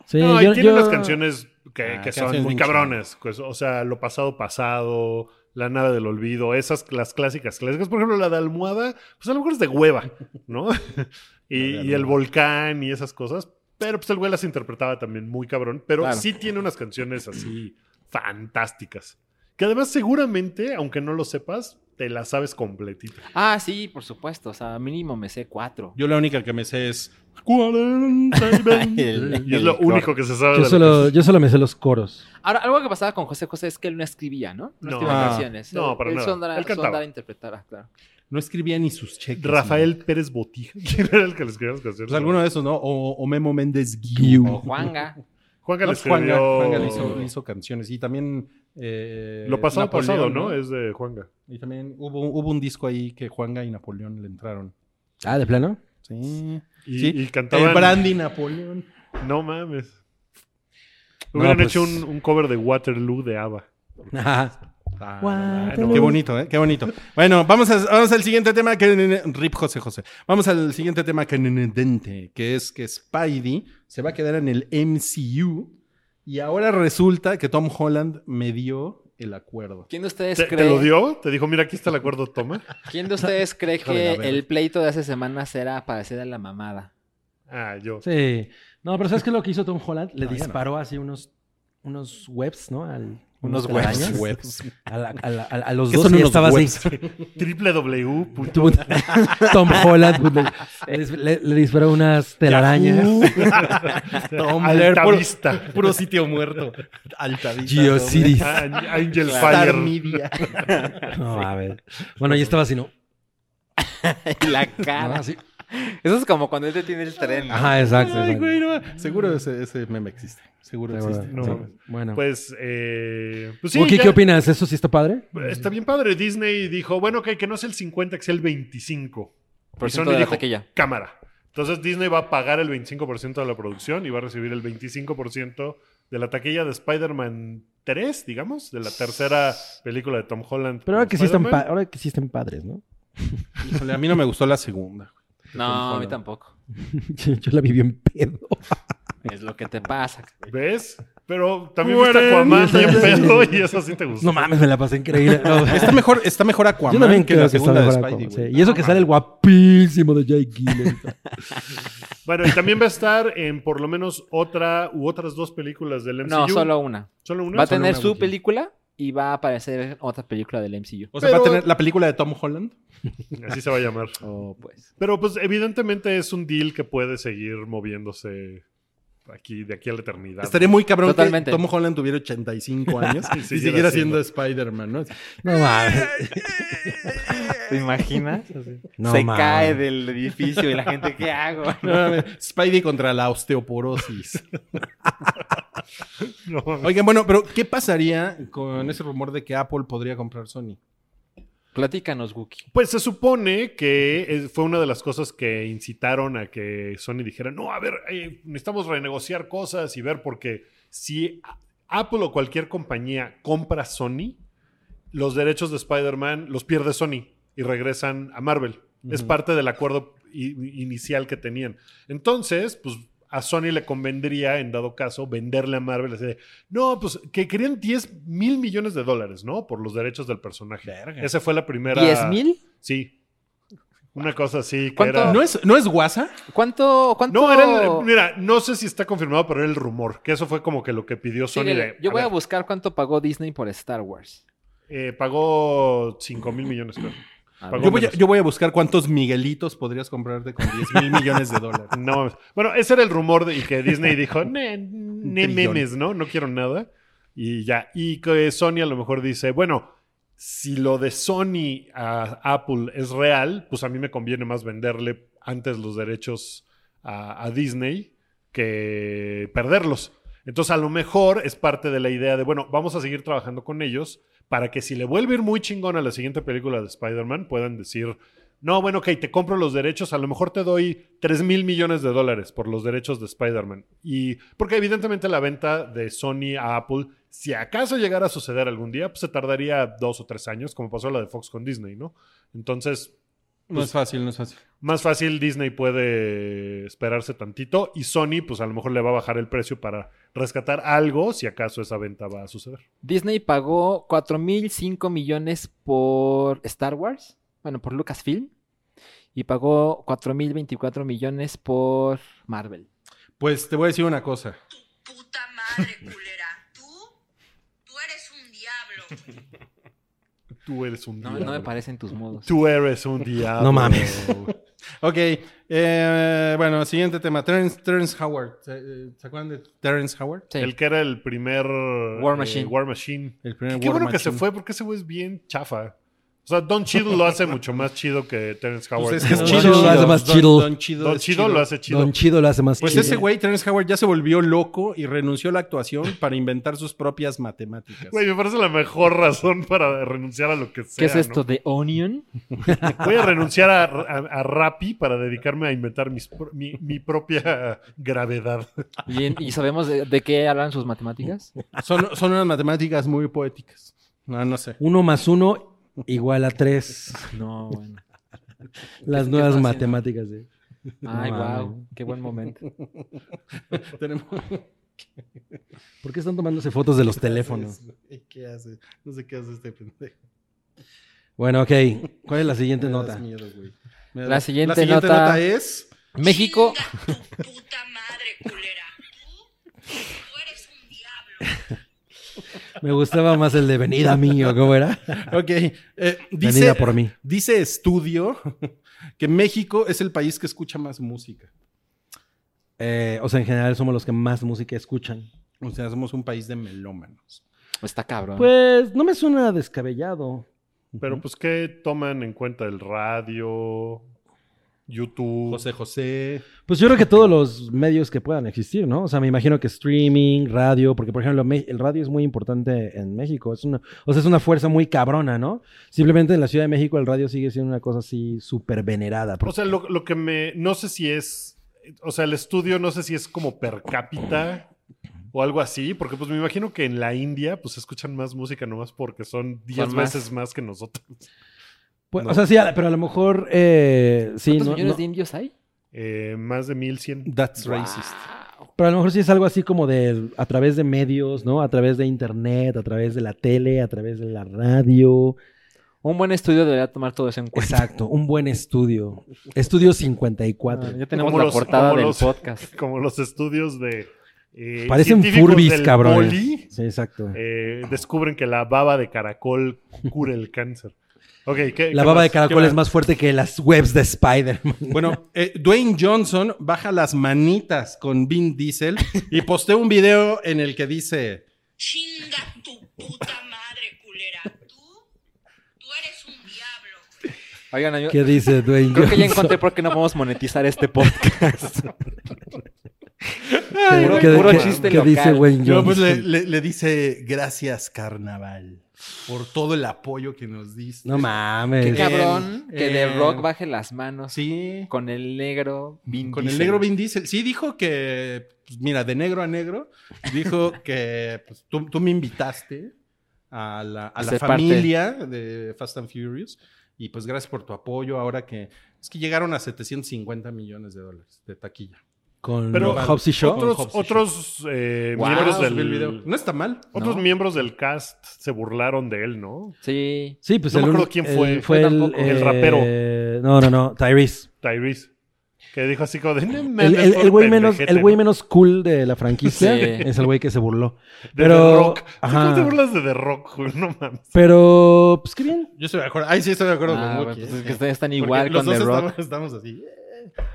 Speaker 5: Sí,
Speaker 2: No,
Speaker 5: yo-
Speaker 2: y tiene
Speaker 5: yo-
Speaker 2: unas canciones que,
Speaker 4: Ah,
Speaker 2: que
Speaker 4: canciones
Speaker 2: son muy
Speaker 4: bien
Speaker 2: cabrones. pues, o sea, Lo Pasado Pasado, La Nada del Olvido, esas, las clásicas clásicas. Por ejemplo, la de Almohada, pues a lo mejor es de hueva, ¿no? y,
Speaker 4: La de
Speaker 2: y El
Speaker 4: Almohada.
Speaker 2: Volcán y esas cosas. Pero pues el güey las interpretaba también muy cabrón. Pero
Speaker 3: Claro.
Speaker 2: sí tiene unas canciones así fantásticas. Que además seguramente, aunque no lo sepas, te las sabes completita.
Speaker 3: Ah, sí, por supuesto. O sea, mínimo me sé cuatro.
Speaker 4: Yo la única que me sé es.
Speaker 2: 40 y 20.
Speaker 3: El-
Speaker 2: Y es lo
Speaker 3: el
Speaker 2: único que se sabe de
Speaker 5: Yo
Speaker 2: la
Speaker 5: solo, yo solo me sé los coros.
Speaker 3: Ahora, algo que pasaba con José José es que él no escribía, ¿no?
Speaker 2: No.
Speaker 3: No, escribía
Speaker 4: Ah,
Speaker 3: canciones.
Speaker 2: no,
Speaker 3: Él-
Speaker 2: para
Speaker 3: él
Speaker 2: nada.
Speaker 3: Su onda,
Speaker 2: Él
Speaker 3: su
Speaker 2: cantaba.
Speaker 3: onda interpretara, claro.
Speaker 4: No escribía ni sus cheques.
Speaker 2: Rafael
Speaker 4: ¿no?
Speaker 2: Pérez Botija. ¿Quién era el que le escribía las canciones?
Speaker 4: Pues alguno de esos, ¿no? O, o Memo Méndez Guiu.
Speaker 3: O Juanga.
Speaker 2: Juanga
Speaker 4: No,
Speaker 2: le
Speaker 4: pues, Juanga,
Speaker 2: escribió-
Speaker 4: Juanga le hizo, le hizo canciones. Y también. eh,
Speaker 2: Lo pasado
Speaker 4: Napoleón,
Speaker 2: pasado, ¿no? Es de Juanga.
Speaker 4: Y también hubo, hubo un disco ahí que Juanga y Napoleón le entraron.
Speaker 5: Ah, ¿de plano?
Speaker 4: Sí.
Speaker 2: Y,
Speaker 4: Sí.
Speaker 2: y cantaban.
Speaker 4: El Brandy Napoleón.
Speaker 2: No mames.
Speaker 5: No,
Speaker 2: Hubieran
Speaker 5: pues-
Speaker 2: hecho un, un cover de Waterloo de ABBA.
Speaker 5: Ajá.
Speaker 4: Ah,
Speaker 5: Guau,
Speaker 4: no, no,
Speaker 5: qué
Speaker 4: qué
Speaker 5: lindo.
Speaker 4: bonito, ¿eh? Qué bonito. Bueno, vamos, a- vamos al siguiente tema que... Rip José José. Vamos al siguiente tema que... Que es que Spidey se va a quedar en el MCU y ahora resulta que Tom Holland me dio el acuerdo.
Speaker 3: ¿Quién de ustedes
Speaker 2: ¿Te, te
Speaker 3: cree?
Speaker 2: lo dio? Te dijo, mira, aquí está el acuerdo, toma.
Speaker 3: ¿Quién de ustedes cree
Speaker 4: Hijo de
Speaker 3: que
Speaker 4: la verga.
Speaker 3: el pleito de hace semanas era para hacer a la mamada?
Speaker 2: Ah, yo.
Speaker 5: Sí. No, pero ¿sabes qué es lo que hizo Tom Holland? Le
Speaker 4: No, ya no.
Speaker 5: disparó así unos, unos webs, ¿no? Al,
Speaker 3: Unos
Speaker 5: telarañas.
Speaker 3: webs.
Speaker 4: Webs.
Speaker 5: A, la- a la- a- a los
Speaker 4: ¿Qué
Speaker 5: dos
Speaker 4: son
Speaker 5: y ya
Speaker 4: unos
Speaker 5: estaba
Speaker 4: webs?
Speaker 5: así.
Speaker 2: www.
Speaker 5: Tú- Tom Holland bootleg. le, dis- le- le disparó unas telarañas.
Speaker 4: Tom,
Speaker 2: Alta
Speaker 4: puro,
Speaker 2: Vista.
Speaker 4: puro sitio muerto. Altavista.
Speaker 5: GeoCities.
Speaker 2: Ah, Angel
Speaker 4: Star
Speaker 2: Fire.
Speaker 4: Media.
Speaker 5: No, a ver. Bueno, yo estaba así, ¿no?
Speaker 3: La
Speaker 5: No,
Speaker 3: cara.
Speaker 5: así.
Speaker 3: Eso es como cuando él te tiene el tren. ¿no?
Speaker 5: Ajá, exacto.
Speaker 4: Ay,
Speaker 5: exacto.
Speaker 4: güey, no. Seguro ese, ese meme existe. Seguro
Speaker 5: Sí,
Speaker 4: existe.
Speaker 5: bueno,
Speaker 2: No.
Speaker 5: sí. Bueno.
Speaker 2: Pues, eh, pues sí,
Speaker 5: Wookie,
Speaker 2: ya-
Speaker 5: ¿qué opinas? ¿Eso sí está padre?
Speaker 2: está bien padre. Disney dijo, bueno, ok, que no es el 50, que sea el 25.
Speaker 3: Por
Speaker 2: Y
Speaker 3: ciento
Speaker 2: Sony
Speaker 3: de la
Speaker 2: dijo,
Speaker 3: taquilla.
Speaker 2: cámara. Entonces Disney va a pagar el 25% de la producción y va a recibir el 25% de la taquilla de Spider-Man 3, digamos, de la tercera película de Tom Holland.
Speaker 5: Pero ahora
Speaker 2: como
Speaker 5: que, sí están pa-
Speaker 2: Spider-Man.
Speaker 5: ahora que sí están padres, ¿no?
Speaker 4: Híjole, a mí no me gustó la segunda.
Speaker 3: No, a mí tampoco.
Speaker 5: Yo, yo la vi bien pedo.
Speaker 3: Es lo que te pasa.
Speaker 2: ¿Ves? Pero también
Speaker 4: Mueren.
Speaker 2: viste Aquaman bien pedo y eso sí te gustó.
Speaker 5: No mames, me la pasé increíble.
Speaker 4: Está
Speaker 5: No,
Speaker 4: Pues, Este mejor, está mejor Aquaman
Speaker 5: yo también
Speaker 4: que
Speaker 5: creo
Speaker 4: la
Speaker 5: que está
Speaker 4: segunda
Speaker 5: mejor
Speaker 4: de Spidey.
Speaker 5: Aquaman,
Speaker 4: güey.
Speaker 5: sí. Y eso
Speaker 4: No
Speaker 5: que sale
Speaker 4: mames.
Speaker 5: el guapísimo de Jake Gyllenhaal.
Speaker 2: Bueno, y también va a estar en por lo menos otra u otras dos películas del MCU.
Speaker 3: No, solo una.
Speaker 2: ¿Solo una.
Speaker 3: Va a
Speaker 2: Solo
Speaker 3: tener
Speaker 2: una,
Speaker 3: su
Speaker 2: Wookie.
Speaker 3: película y va a aparecer en otra película del MCU.
Speaker 4: O sea, va a
Speaker 2: Pero-
Speaker 4: tener la película de Tom Holland.
Speaker 2: Así se va a llamar.
Speaker 3: Oh, pues.
Speaker 2: Pero pues evidentemente es un deal que puede seguir moviéndose aquí de aquí a la eternidad.
Speaker 4: Estaría muy cabrón
Speaker 3: Totalmente.
Speaker 4: que Tom Holland tuviera 85 años y
Speaker 2: siguiera siendo.
Speaker 4: siguiera siendo Spider-Man, ¿no?
Speaker 5: No mames.
Speaker 3: ¿Te imaginas?
Speaker 5: No
Speaker 3: Se
Speaker 5: mames.
Speaker 3: cae del edificio y la gente, ¿qué hago?
Speaker 4: No mames, Spidey contra la osteoporosis.
Speaker 2: No,
Speaker 4: Oigan, bueno, pero ¿qué pasaría con ese rumor de que Apple podría comprar Sony?
Speaker 3: Platícanos, Wookie.
Speaker 2: Pues se supone que eh, fue una de las cosas que incitaron a que Sony dijera, no, a ver, eh, necesitamos renegociar cosas y ver porque si a- Apple o cualquier compañía compra Sony, los derechos de Spider-Man los pierde Sony y regresan a Marvel. Es parte del acuerdo i- inicial que tenían. Entonces, pues a Sony le convendría, en dado caso, venderle a Marvel. Así de, no, pues que querían 10 mil millones de dólares, ¿no? Por los derechos del personaje.
Speaker 4: Verga.
Speaker 2: Esa fue la primera.
Speaker 3: ¿Diez mil?
Speaker 2: Sí. Una cosa así que
Speaker 3: ¿Cuánto?
Speaker 2: era.
Speaker 4: ¿No es, ¿no es WhatsApp?
Speaker 3: ¿Cuánto? cuánto...
Speaker 2: No, era el- mira, no sé si está confirmado, pero era el rumor, que eso fue como que lo que pidió Sony.
Speaker 3: Síguele.
Speaker 2: de,
Speaker 3: Yo
Speaker 2: a
Speaker 3: voy a
Speaker 2: ver,
Speaker 3: buscar cuánto pagó Disney por Star Wars.
Speaker 2: eh, pagó 5 mil millones, creo.
Speaker 3: A
Speaker 2: Pagó
Speaker 4: Yo voy, a,
Speaker 2: menos.
Speaker 4: yo voy a buscar cuántos Miguelitos podrías comprarte con 10 mil millones de dólares.
Speaker 2: No mames. Bueno, ese era el rumor de- y que Disney dijo, ne, ne
Speaker 4: trillón.
Speaker 2: memes, ¿no? No quiero nada. Y ya. Y que Sony a lo mejor dice, bueno, si lo de Sony a Apple es real, pues a mí me conviene más venderle antes los derechos a, a Disney que perderlos. Entonces, a lo mejor es parte de la idea de, bueno, vamos a seguir trabajando con ellos para que si le vuelve a ir muy chingón a la siguiente película de Spider-Man, puedan decir, no, bueno, ok, te compro los derechos, a lo mejor te doy 3 mil millones de dólares por los derechos de Spider-Man. Y porque evidentemente la venta de Sony a Apple, si acaso llegara a suceder algún día, pues se tardaría dos o tres años, como pasó la de Fox con Disney, ¿no? Entonces,
Speaker 4: No es fácil, no es fácil.
Speaker 2: más fácil Disney puede esperarse tantito y Sony, pues a lo mejor le va a bajar el precio para rescatar algo, si acaso esa venta va a suceder.
Speaker 3: Disney pagó 4.005 millones por Star Wars, bueno, por Lucasfilm, y pagó 4.024 millones por Marvel.
Speaker 4: Pues te voy a decir una cosa.
Speaker 6: Tu puta madre culera. Tú, tú eres un diablo.
Speaker 2: Tú eres un
Speaker 3: No,
Speaker 2: diablo.
Speaker 3: no me parecen tus modos.
Speaker 2: Tú eres un diablo.
Speaker 5: No mames.
Speaker 4: Ok, eh, bueno, siguiente tema. Terrence, Terrence Howard. ¿Se, eh, se acuerdan de Terrence Howard?
Speaker 3: Sí.
Speaker 2: El que era el primer War
Speaker 3: Machine.
Speaker 2: War Machine.
Speaker 4: El primer
Speaker 2: Qué
Speaker 4: War
Speaker 2: bueno que se
Speaker 4: Machine.
Speaker 2: fue porque ese güey es bien chafa. O sea, Don Cheadle lo hace mucho más chido que Terrence Howard.
Speaker 4: Pues es que es
Speaker 5: Don
Speaker 4: chido.
Speaker 5: Cheadle lo hace más
Speaker 4: Don-
Speaker 5: chido.
Speaker 4: Don Cheadle
Speaker 2: Don
Speaker 4: es
Speaker 2: Chido lo hace chido.
Speaker 5: Don Chido lo hace más
Speaker 4: Pues
Speaker 5: chido.
Speaker 4: ese güey, Terrence Howard, ya se volvió loco y renunció a la actuación para inventar sus propias matemáticas.
Speaker 2: Güey, me parece la mejor razón para renunciar a lo que sea.
Speaker 3: ¿Qué es esto
Speaker 2: ¿no?
Speaker 3: de Onion?
Speaker 2: Voy a renunciar a, a, a Rappi para dedicarme a inventar mis pro- mi, mi propia gravedad.
Speaker 3: ¿Y, en- y sabemos de, de qué hablan sus matemáticas?
Speaker 4: Son, son unas matemáticas muy poéticas. No, no sé.
Speaker 5: Uno más uno igual a tres.
Speaker 3: No, bueno.
Speaker 5: Las
Speaker 3: ¿Qué estás
Speaker 5: nuevas
Speaker 3: haciendo?
Speaker 5: matemáticas. eh.
Speaker 3: Ay,
Speaker 5: No
Speaker 3: wow,
Speaker 5: mames.
Speaker 3: qué buen momento.
Speaker 4: Tenemos-
Speaker 5: ¿Por qué están tomándose fotos de los teléfonos?
Speaker 4: ¿Qué hace? No sé qué hace este pendejo.
Speaker 5: Bueno, ok. ¿Cuál es la siguiente
Speaker 4: Me das
Speaker 5: nota?
Speaker 4: miedo, güey. Me
Speaker 3: La
Speaker 4: das-
Speaker 3: siguiente
Speaker 4: la siguiente
Speaker 3: nota-
Speaker 4: nota, es.
Speaker 3: México,
Speaker 6: Chinga Tu puta madre culera. Tú, tú eres un diablo.
Speaker 5: Me gustaba más el de venida mío, ¿cómo era?
Speaker 4: Ok. eh, dice,
Speaker 5: Venida por mí.
Speaker 4: dice estudio que México es el país que escucha más música.
Speaker 5: Eh, o sea, en general somos los que más música escuchan.
Speaker 4: O sea, somos un país de melómanos.
Speaker 3: está cabrón.
Speaker 5: Pues no me suena descabellado.
Speaker 2: Pero pues, ¿qué toman en cuenta? El radio, YouTube.
Speaker 4: José José.
Speaker 5: Pues yo creo que todos los medios que puedan existir, ¿no? O sea, me imagino que streaming, radio, porque por ejemplo me- el radio es muy importante en México. Es una, o sea, es una fuerza muy cabrona, ¿no? Simplemente en la Ciudad de México el radio sigue siendo una cosa así súper venerada.
Speaker 2: O sea, lo, lo que me. No sé si es. O sea, el estudio no sé si es como per cápita o algo así, porque pues me imagino que en la India pues escuchan más música nomás porque son 10
Speaker 3: Son más.
Speaker 2: veces más que nosotros.
Speaker 5: Pues, O sea, sí, a- pero a lo mejor eh, sí,
Speaker 3: ¿Cuántos
Speaker 5: no-
Speaker 3: millones
Speaker 5: no-
Speaker 3: de indios hay?
Speaker 2: Eh, más de 1100.
Speaker 4: That's racist.
Speaker 5: pero a lo mejor sí es algo así como de a través de medios, ¿no? A través de internet, a través de la tele, a través de la radio.
Speaker 3: Un buen estudio debería tomar todo eso en cuenta.
Speaker 5: Exacto, un buen estudio. Estudio 54.
Speaker 3: Ah, ya tenemos
Speaker 2: Como
Speaker 3: la
Speaker 2: los-
Speaker 3: portada
Speaker 2: como
Speaker 3: del
Speaker 2: los-
Speaker 3: podcast.
Speaker 2: Como los estudios de. eh,
Speaker 5: Parecen
Speaker 2: científicos
Speaker 5: furbis,
Speaker 2: del
Speaker 5: cabrones.
Speaker 2: poli,
Speaker 5: Sí, exacto.
Speaker 2: eh, descubren que la baba de caracol cura el cáncer. Ok, ¿qué,
Speaker 5: La
Speaker 2: qué
Speaker 5: baba de
Speaker 2: más?
Speaker 5: caracol
Speaker 2: ¿Qué
Speaker 5: es más fuerte que las webs de Spider-Man.
Speaker 4: Bueno, eh, Dwayne Johnson baja las manitas con Vin Diesel y postea un video en el que dice.
Speaker 6: Chinga tu puta madre culera. Tú, tú eres un diablo.
Speaker 3: Oigan, yo
Speaker 5: ¿Qué dice Dwayne
Speaker 3: creo que ya
Speaker 5: Johnson?
Speaker 3: encontré por qué no podemos monetizar este podcast.
Speaker 5: ¿Qué-
Speaker 3: puro-
Speaker 5: qué-
Speaker 3: puro
Speaker 5: qué-
Speaker 3: chiste
Speaker 5: qué
Speaker 3: local.
Speaker 5: dice Dwayne
Speaker 4: No, pues le,
Speaker 5: Johnson?
Speaker 4: le- le dice, gracias carnaval por todo el apoyo que nos diste.
Speaker 5: No
Speaker 3: Qué
Speaker 5: mames.
Speaker 4: Qué
Speaker 3: cabrón
Speaker 4: eh,
Speaker 3: que The Rock
Speaker 4: eh,
Speaker 3: baje las manos
Speaker 4: Sí, con,
Speaker 3: con el negro Vin
Speaker 4: el
Speaker 3: Diesel.
Speaker 4: negro Vin Diesel. Sí, dijo que, pues, mira, de negro a negro, dijo que pues, tú, tú me invitaste a la, a la
Speaker 3: Ser parte.
Speaker 4: familia de Fast and Furious y pues gracias por tu apoyo ahora que... Es que llegaron a 750 millones de dólares de taquilla.
Speaker 5: Con
Speaker 2: Pero-
Speaker 5: Hobbs y Shaw.
Speaker 4: Otro-
Speaker 2: Otros,
Speaker 4: Hobbs y
Speaker 2: otros eh,
Speaker 3: Wow,
Speaker 2: miembros
Speaker 4: Ah, subí el
Speaker 2: del
Speaker 4: video. No está mal.
Speaker 2: otros
Speaker 3: No.
Speaker 2: miembros del cast se burlaron de él, ¿no?
Speaker 3: Sí.
Speaker 5: Sí, pues
Speaker 2: No me
Speaker 5: el
Speaker 2: acuerdo
Speaker 5: uni-
Speaker 2: quién
Speaker 5: el-
Speaker 2: fue.
Speaker 5: fue
Speaker 3: Yo
Speaker 5: el,
Speaker 3: tampoco.
Speaker 2: El rapero.
Speaker 5: eh, No, no, no, Tyrese.
Speaker 2: Tyrese. Que dijo así como de... "No
Speaker 5: El,
Speaker 2: mames,
Speaker 5: el- el
Speaker 2: por
Speaker 5: güey menos,
Speaker 2: pendejete,
Speaker 5: el güey
Speaker 2: ¿no?
Speaker 5: menos cool de la franquicia
Speaker 3: Sí.
Speaker 5: es el güey que se burló.
Speaker 2: De
Speaker 5: pero-
Speaker 2: The Rock.
Speaker 5: ajá.
Speaker 2: ¿Cómo te burlas de The Rock, güey? No mames.
Speaker 5: Pero, pues qué bien.
Speaker 4: Yo estoy de acuerdo. Ay, sí, estoy de acuerdo
Speaker 3: Ah,
Speaker 4: con
Speaker 3: bueno,
Speaker 4: Wookie,
Speaker 3: pues
Speaker 4: eh.
Speaker 3: es que ustedes están
Speaker 4: Porque
Speaker 3: igual
Speaker 4: los
Speaker 3: con The
Speaker 4: dos
Speaker 3: Rock.
Speaker 4: Estamos, estamos así.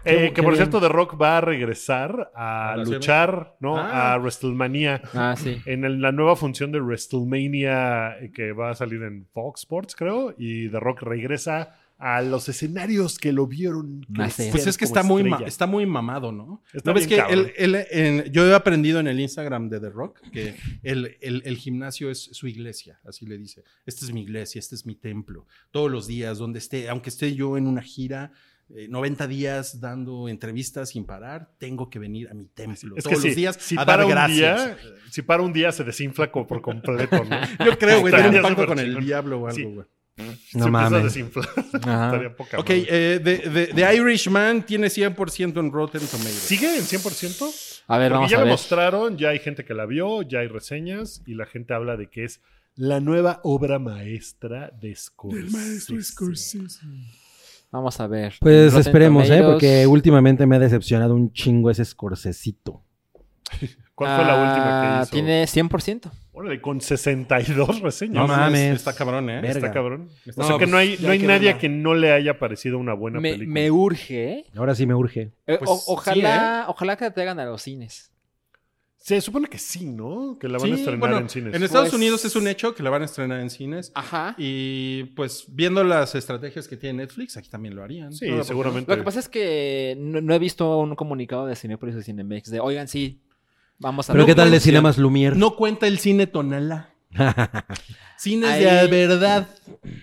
Speaker 2: Eh,
Speaker 4: qué
Speaker 2: que por
Speaker 4: bien.
Speaker 2: cierto, The Rock va a regresar a
Speaker 4: A la
Speaker 2: luchar, ¿no?
Speaker 4: Ah.
Speaker 2: A WrestleMania.
Speaker 3: Ah, sí.
Speaker 2: En el- la nueva función de WrestleMania eh, que va a salir en Fox Sports, creo. Y The Rock regresa a los escenarios que lo vieron. crecer
Speaker 3: Nacer.
Speaker 4: Pues es que
Speaker 2: como
Speaker 4: está muy, ma-
Speaker 2: estrella.
Speaker 4: está muy mamado, ¿no?
Speaker 2: Está
Speaker 4: ¿No ves que
Speaker 2: bien cabrón.
Speaker 4: él- él, en- yo he aprendido en el Instagram de The Rock que el, el- el gimnasio es su iglesia, así le dice. Esta es mi iglesia, este es mi templo. Todos los días, donde esté, aunque esté yo en una gira, eh, 90 días dando entrevistas sin parar, tengo que venir a mi templo.
Speaker 2: Es que
Speaker 4: todos
Speaker 2: sí,
Speaker 4: los días
Speaker 2: si
Speaker 4: a
Speaker 2: para
Speaker 4: dar
Speaker 2: un
Speaker 4: gracias.
Speaker 2: día, si para un día se desinfla como por completo, ¿no?
Speaker 4: Yo creo, güey,
Speaker 2: Estaría
Speaker 4: tener un pacto
Speaker 2: súper
Speaker 4: con el
Speaker 2: chingón.
Speaker 4: diablo o algo,
Speaker 2: Sí.
Speaker 4: güey.
Speaker 2: Se empieza
Speaker 5: No
Speaker 2: a
Speaker 5: mames.
Speaker 2: desinflar.
Speaker 3: Ajá.
Speaker 2: Estaría poca
Speaker 4: Ah. Ok,
Speaker 2: madre.
Speaker 4: eh, The, The- The Irishman tiene 100% en Rotten Tomatoes.
Speaker 2: ¿Sigue en 100%?
Speaker 3: A ver,
Speaker 2: Porque
Speaker 3: vamos
Speaker 2: ya
Speaker 3: a
Speaker 2: lo
Speaker 3: ver.
Speaker 2: mostraron, ya hay gente que la vio, ya hay reseñas y la gente habla de que es la nueva obra maestra de Scorsese.
Speaker 3: Vamos a ver.
Speaker 5: Pues
Speaker 3: Rotten
Speaker 5: esperemos, ¿eh?
Speaker 3: Tomatoes.
Speaker 5: Porque últimamente me ha decepcionado un chingo ese escorcecito.
Speaker 2: ¿Cuál fue la última
Speaker 3: Ah,
Speaker 2: que hizo?
Speaker 3: Tiene 100%.
Speaker 2: Órale, con 62 reseñas.
Speaker 5: No mames.
Speaker 4: Está cabrón, ¿eh?
Speaker 5: Verga.
Speaker 2: Está cabrón.
Speaker 4: Está-
Speaker 2: o sea que
Speaker 4: pues,
Speaker 2: no hay,
Speaker 4: ya
Speaker 2: no hay
Speaker 4: que
Speaker 2: nadie
Speaker 4: verla.
Speaker 2: que no le haya parecido una buena
Speaker 3: Me,
Speaker 2: película.
Speaker 3: me urge, ¿eh?
Speaker 5: Ahora sí me urge.
Speaker 3: Eh,
Speaker 4: Pues
Speaker 3: o-
Speaker 4: sí,
Speaker 3: ojalá,
Speaker 2: ¿eh?
Speaker 3: ojalá que te hagan a los cines.
Speaker 2: Se supone que sí, ¿no? Que la van a
Speaker 4: Sí,
Speaker 2: estrenar
Speaker 4: bueno,
Speaker 2: en cines.
Speaker 4: Estados
Speaker 3: Pues-
Speaker 4: Unidos es un hecho que la van a estrenar en cines. Ah,
Speaker 3: Ajá.
Speaker 4: Y pues viendo las estrategias que tiene Netflix, aquí también lo harían.
Speaker 2: Sí,
Speaker 4: No, ¿por qué no?
Speaker 2: seguramente.
Speaker 3: Lo que pasa es que no, no he visto un comunicado de Cinepolis o Cinemex de, oigan, sí, vamos a
Speaker 5: Pero
Speaker 3: ver".
Speaker 5: ¿qué tal de
Speaker 4: puede ser.
Speaker 5: Cinemas Lumier?
Speaker 4: No cuenta el cine Tonalá. Cines
Speaker 3: Ahí-
Speaker 4: de la verdad.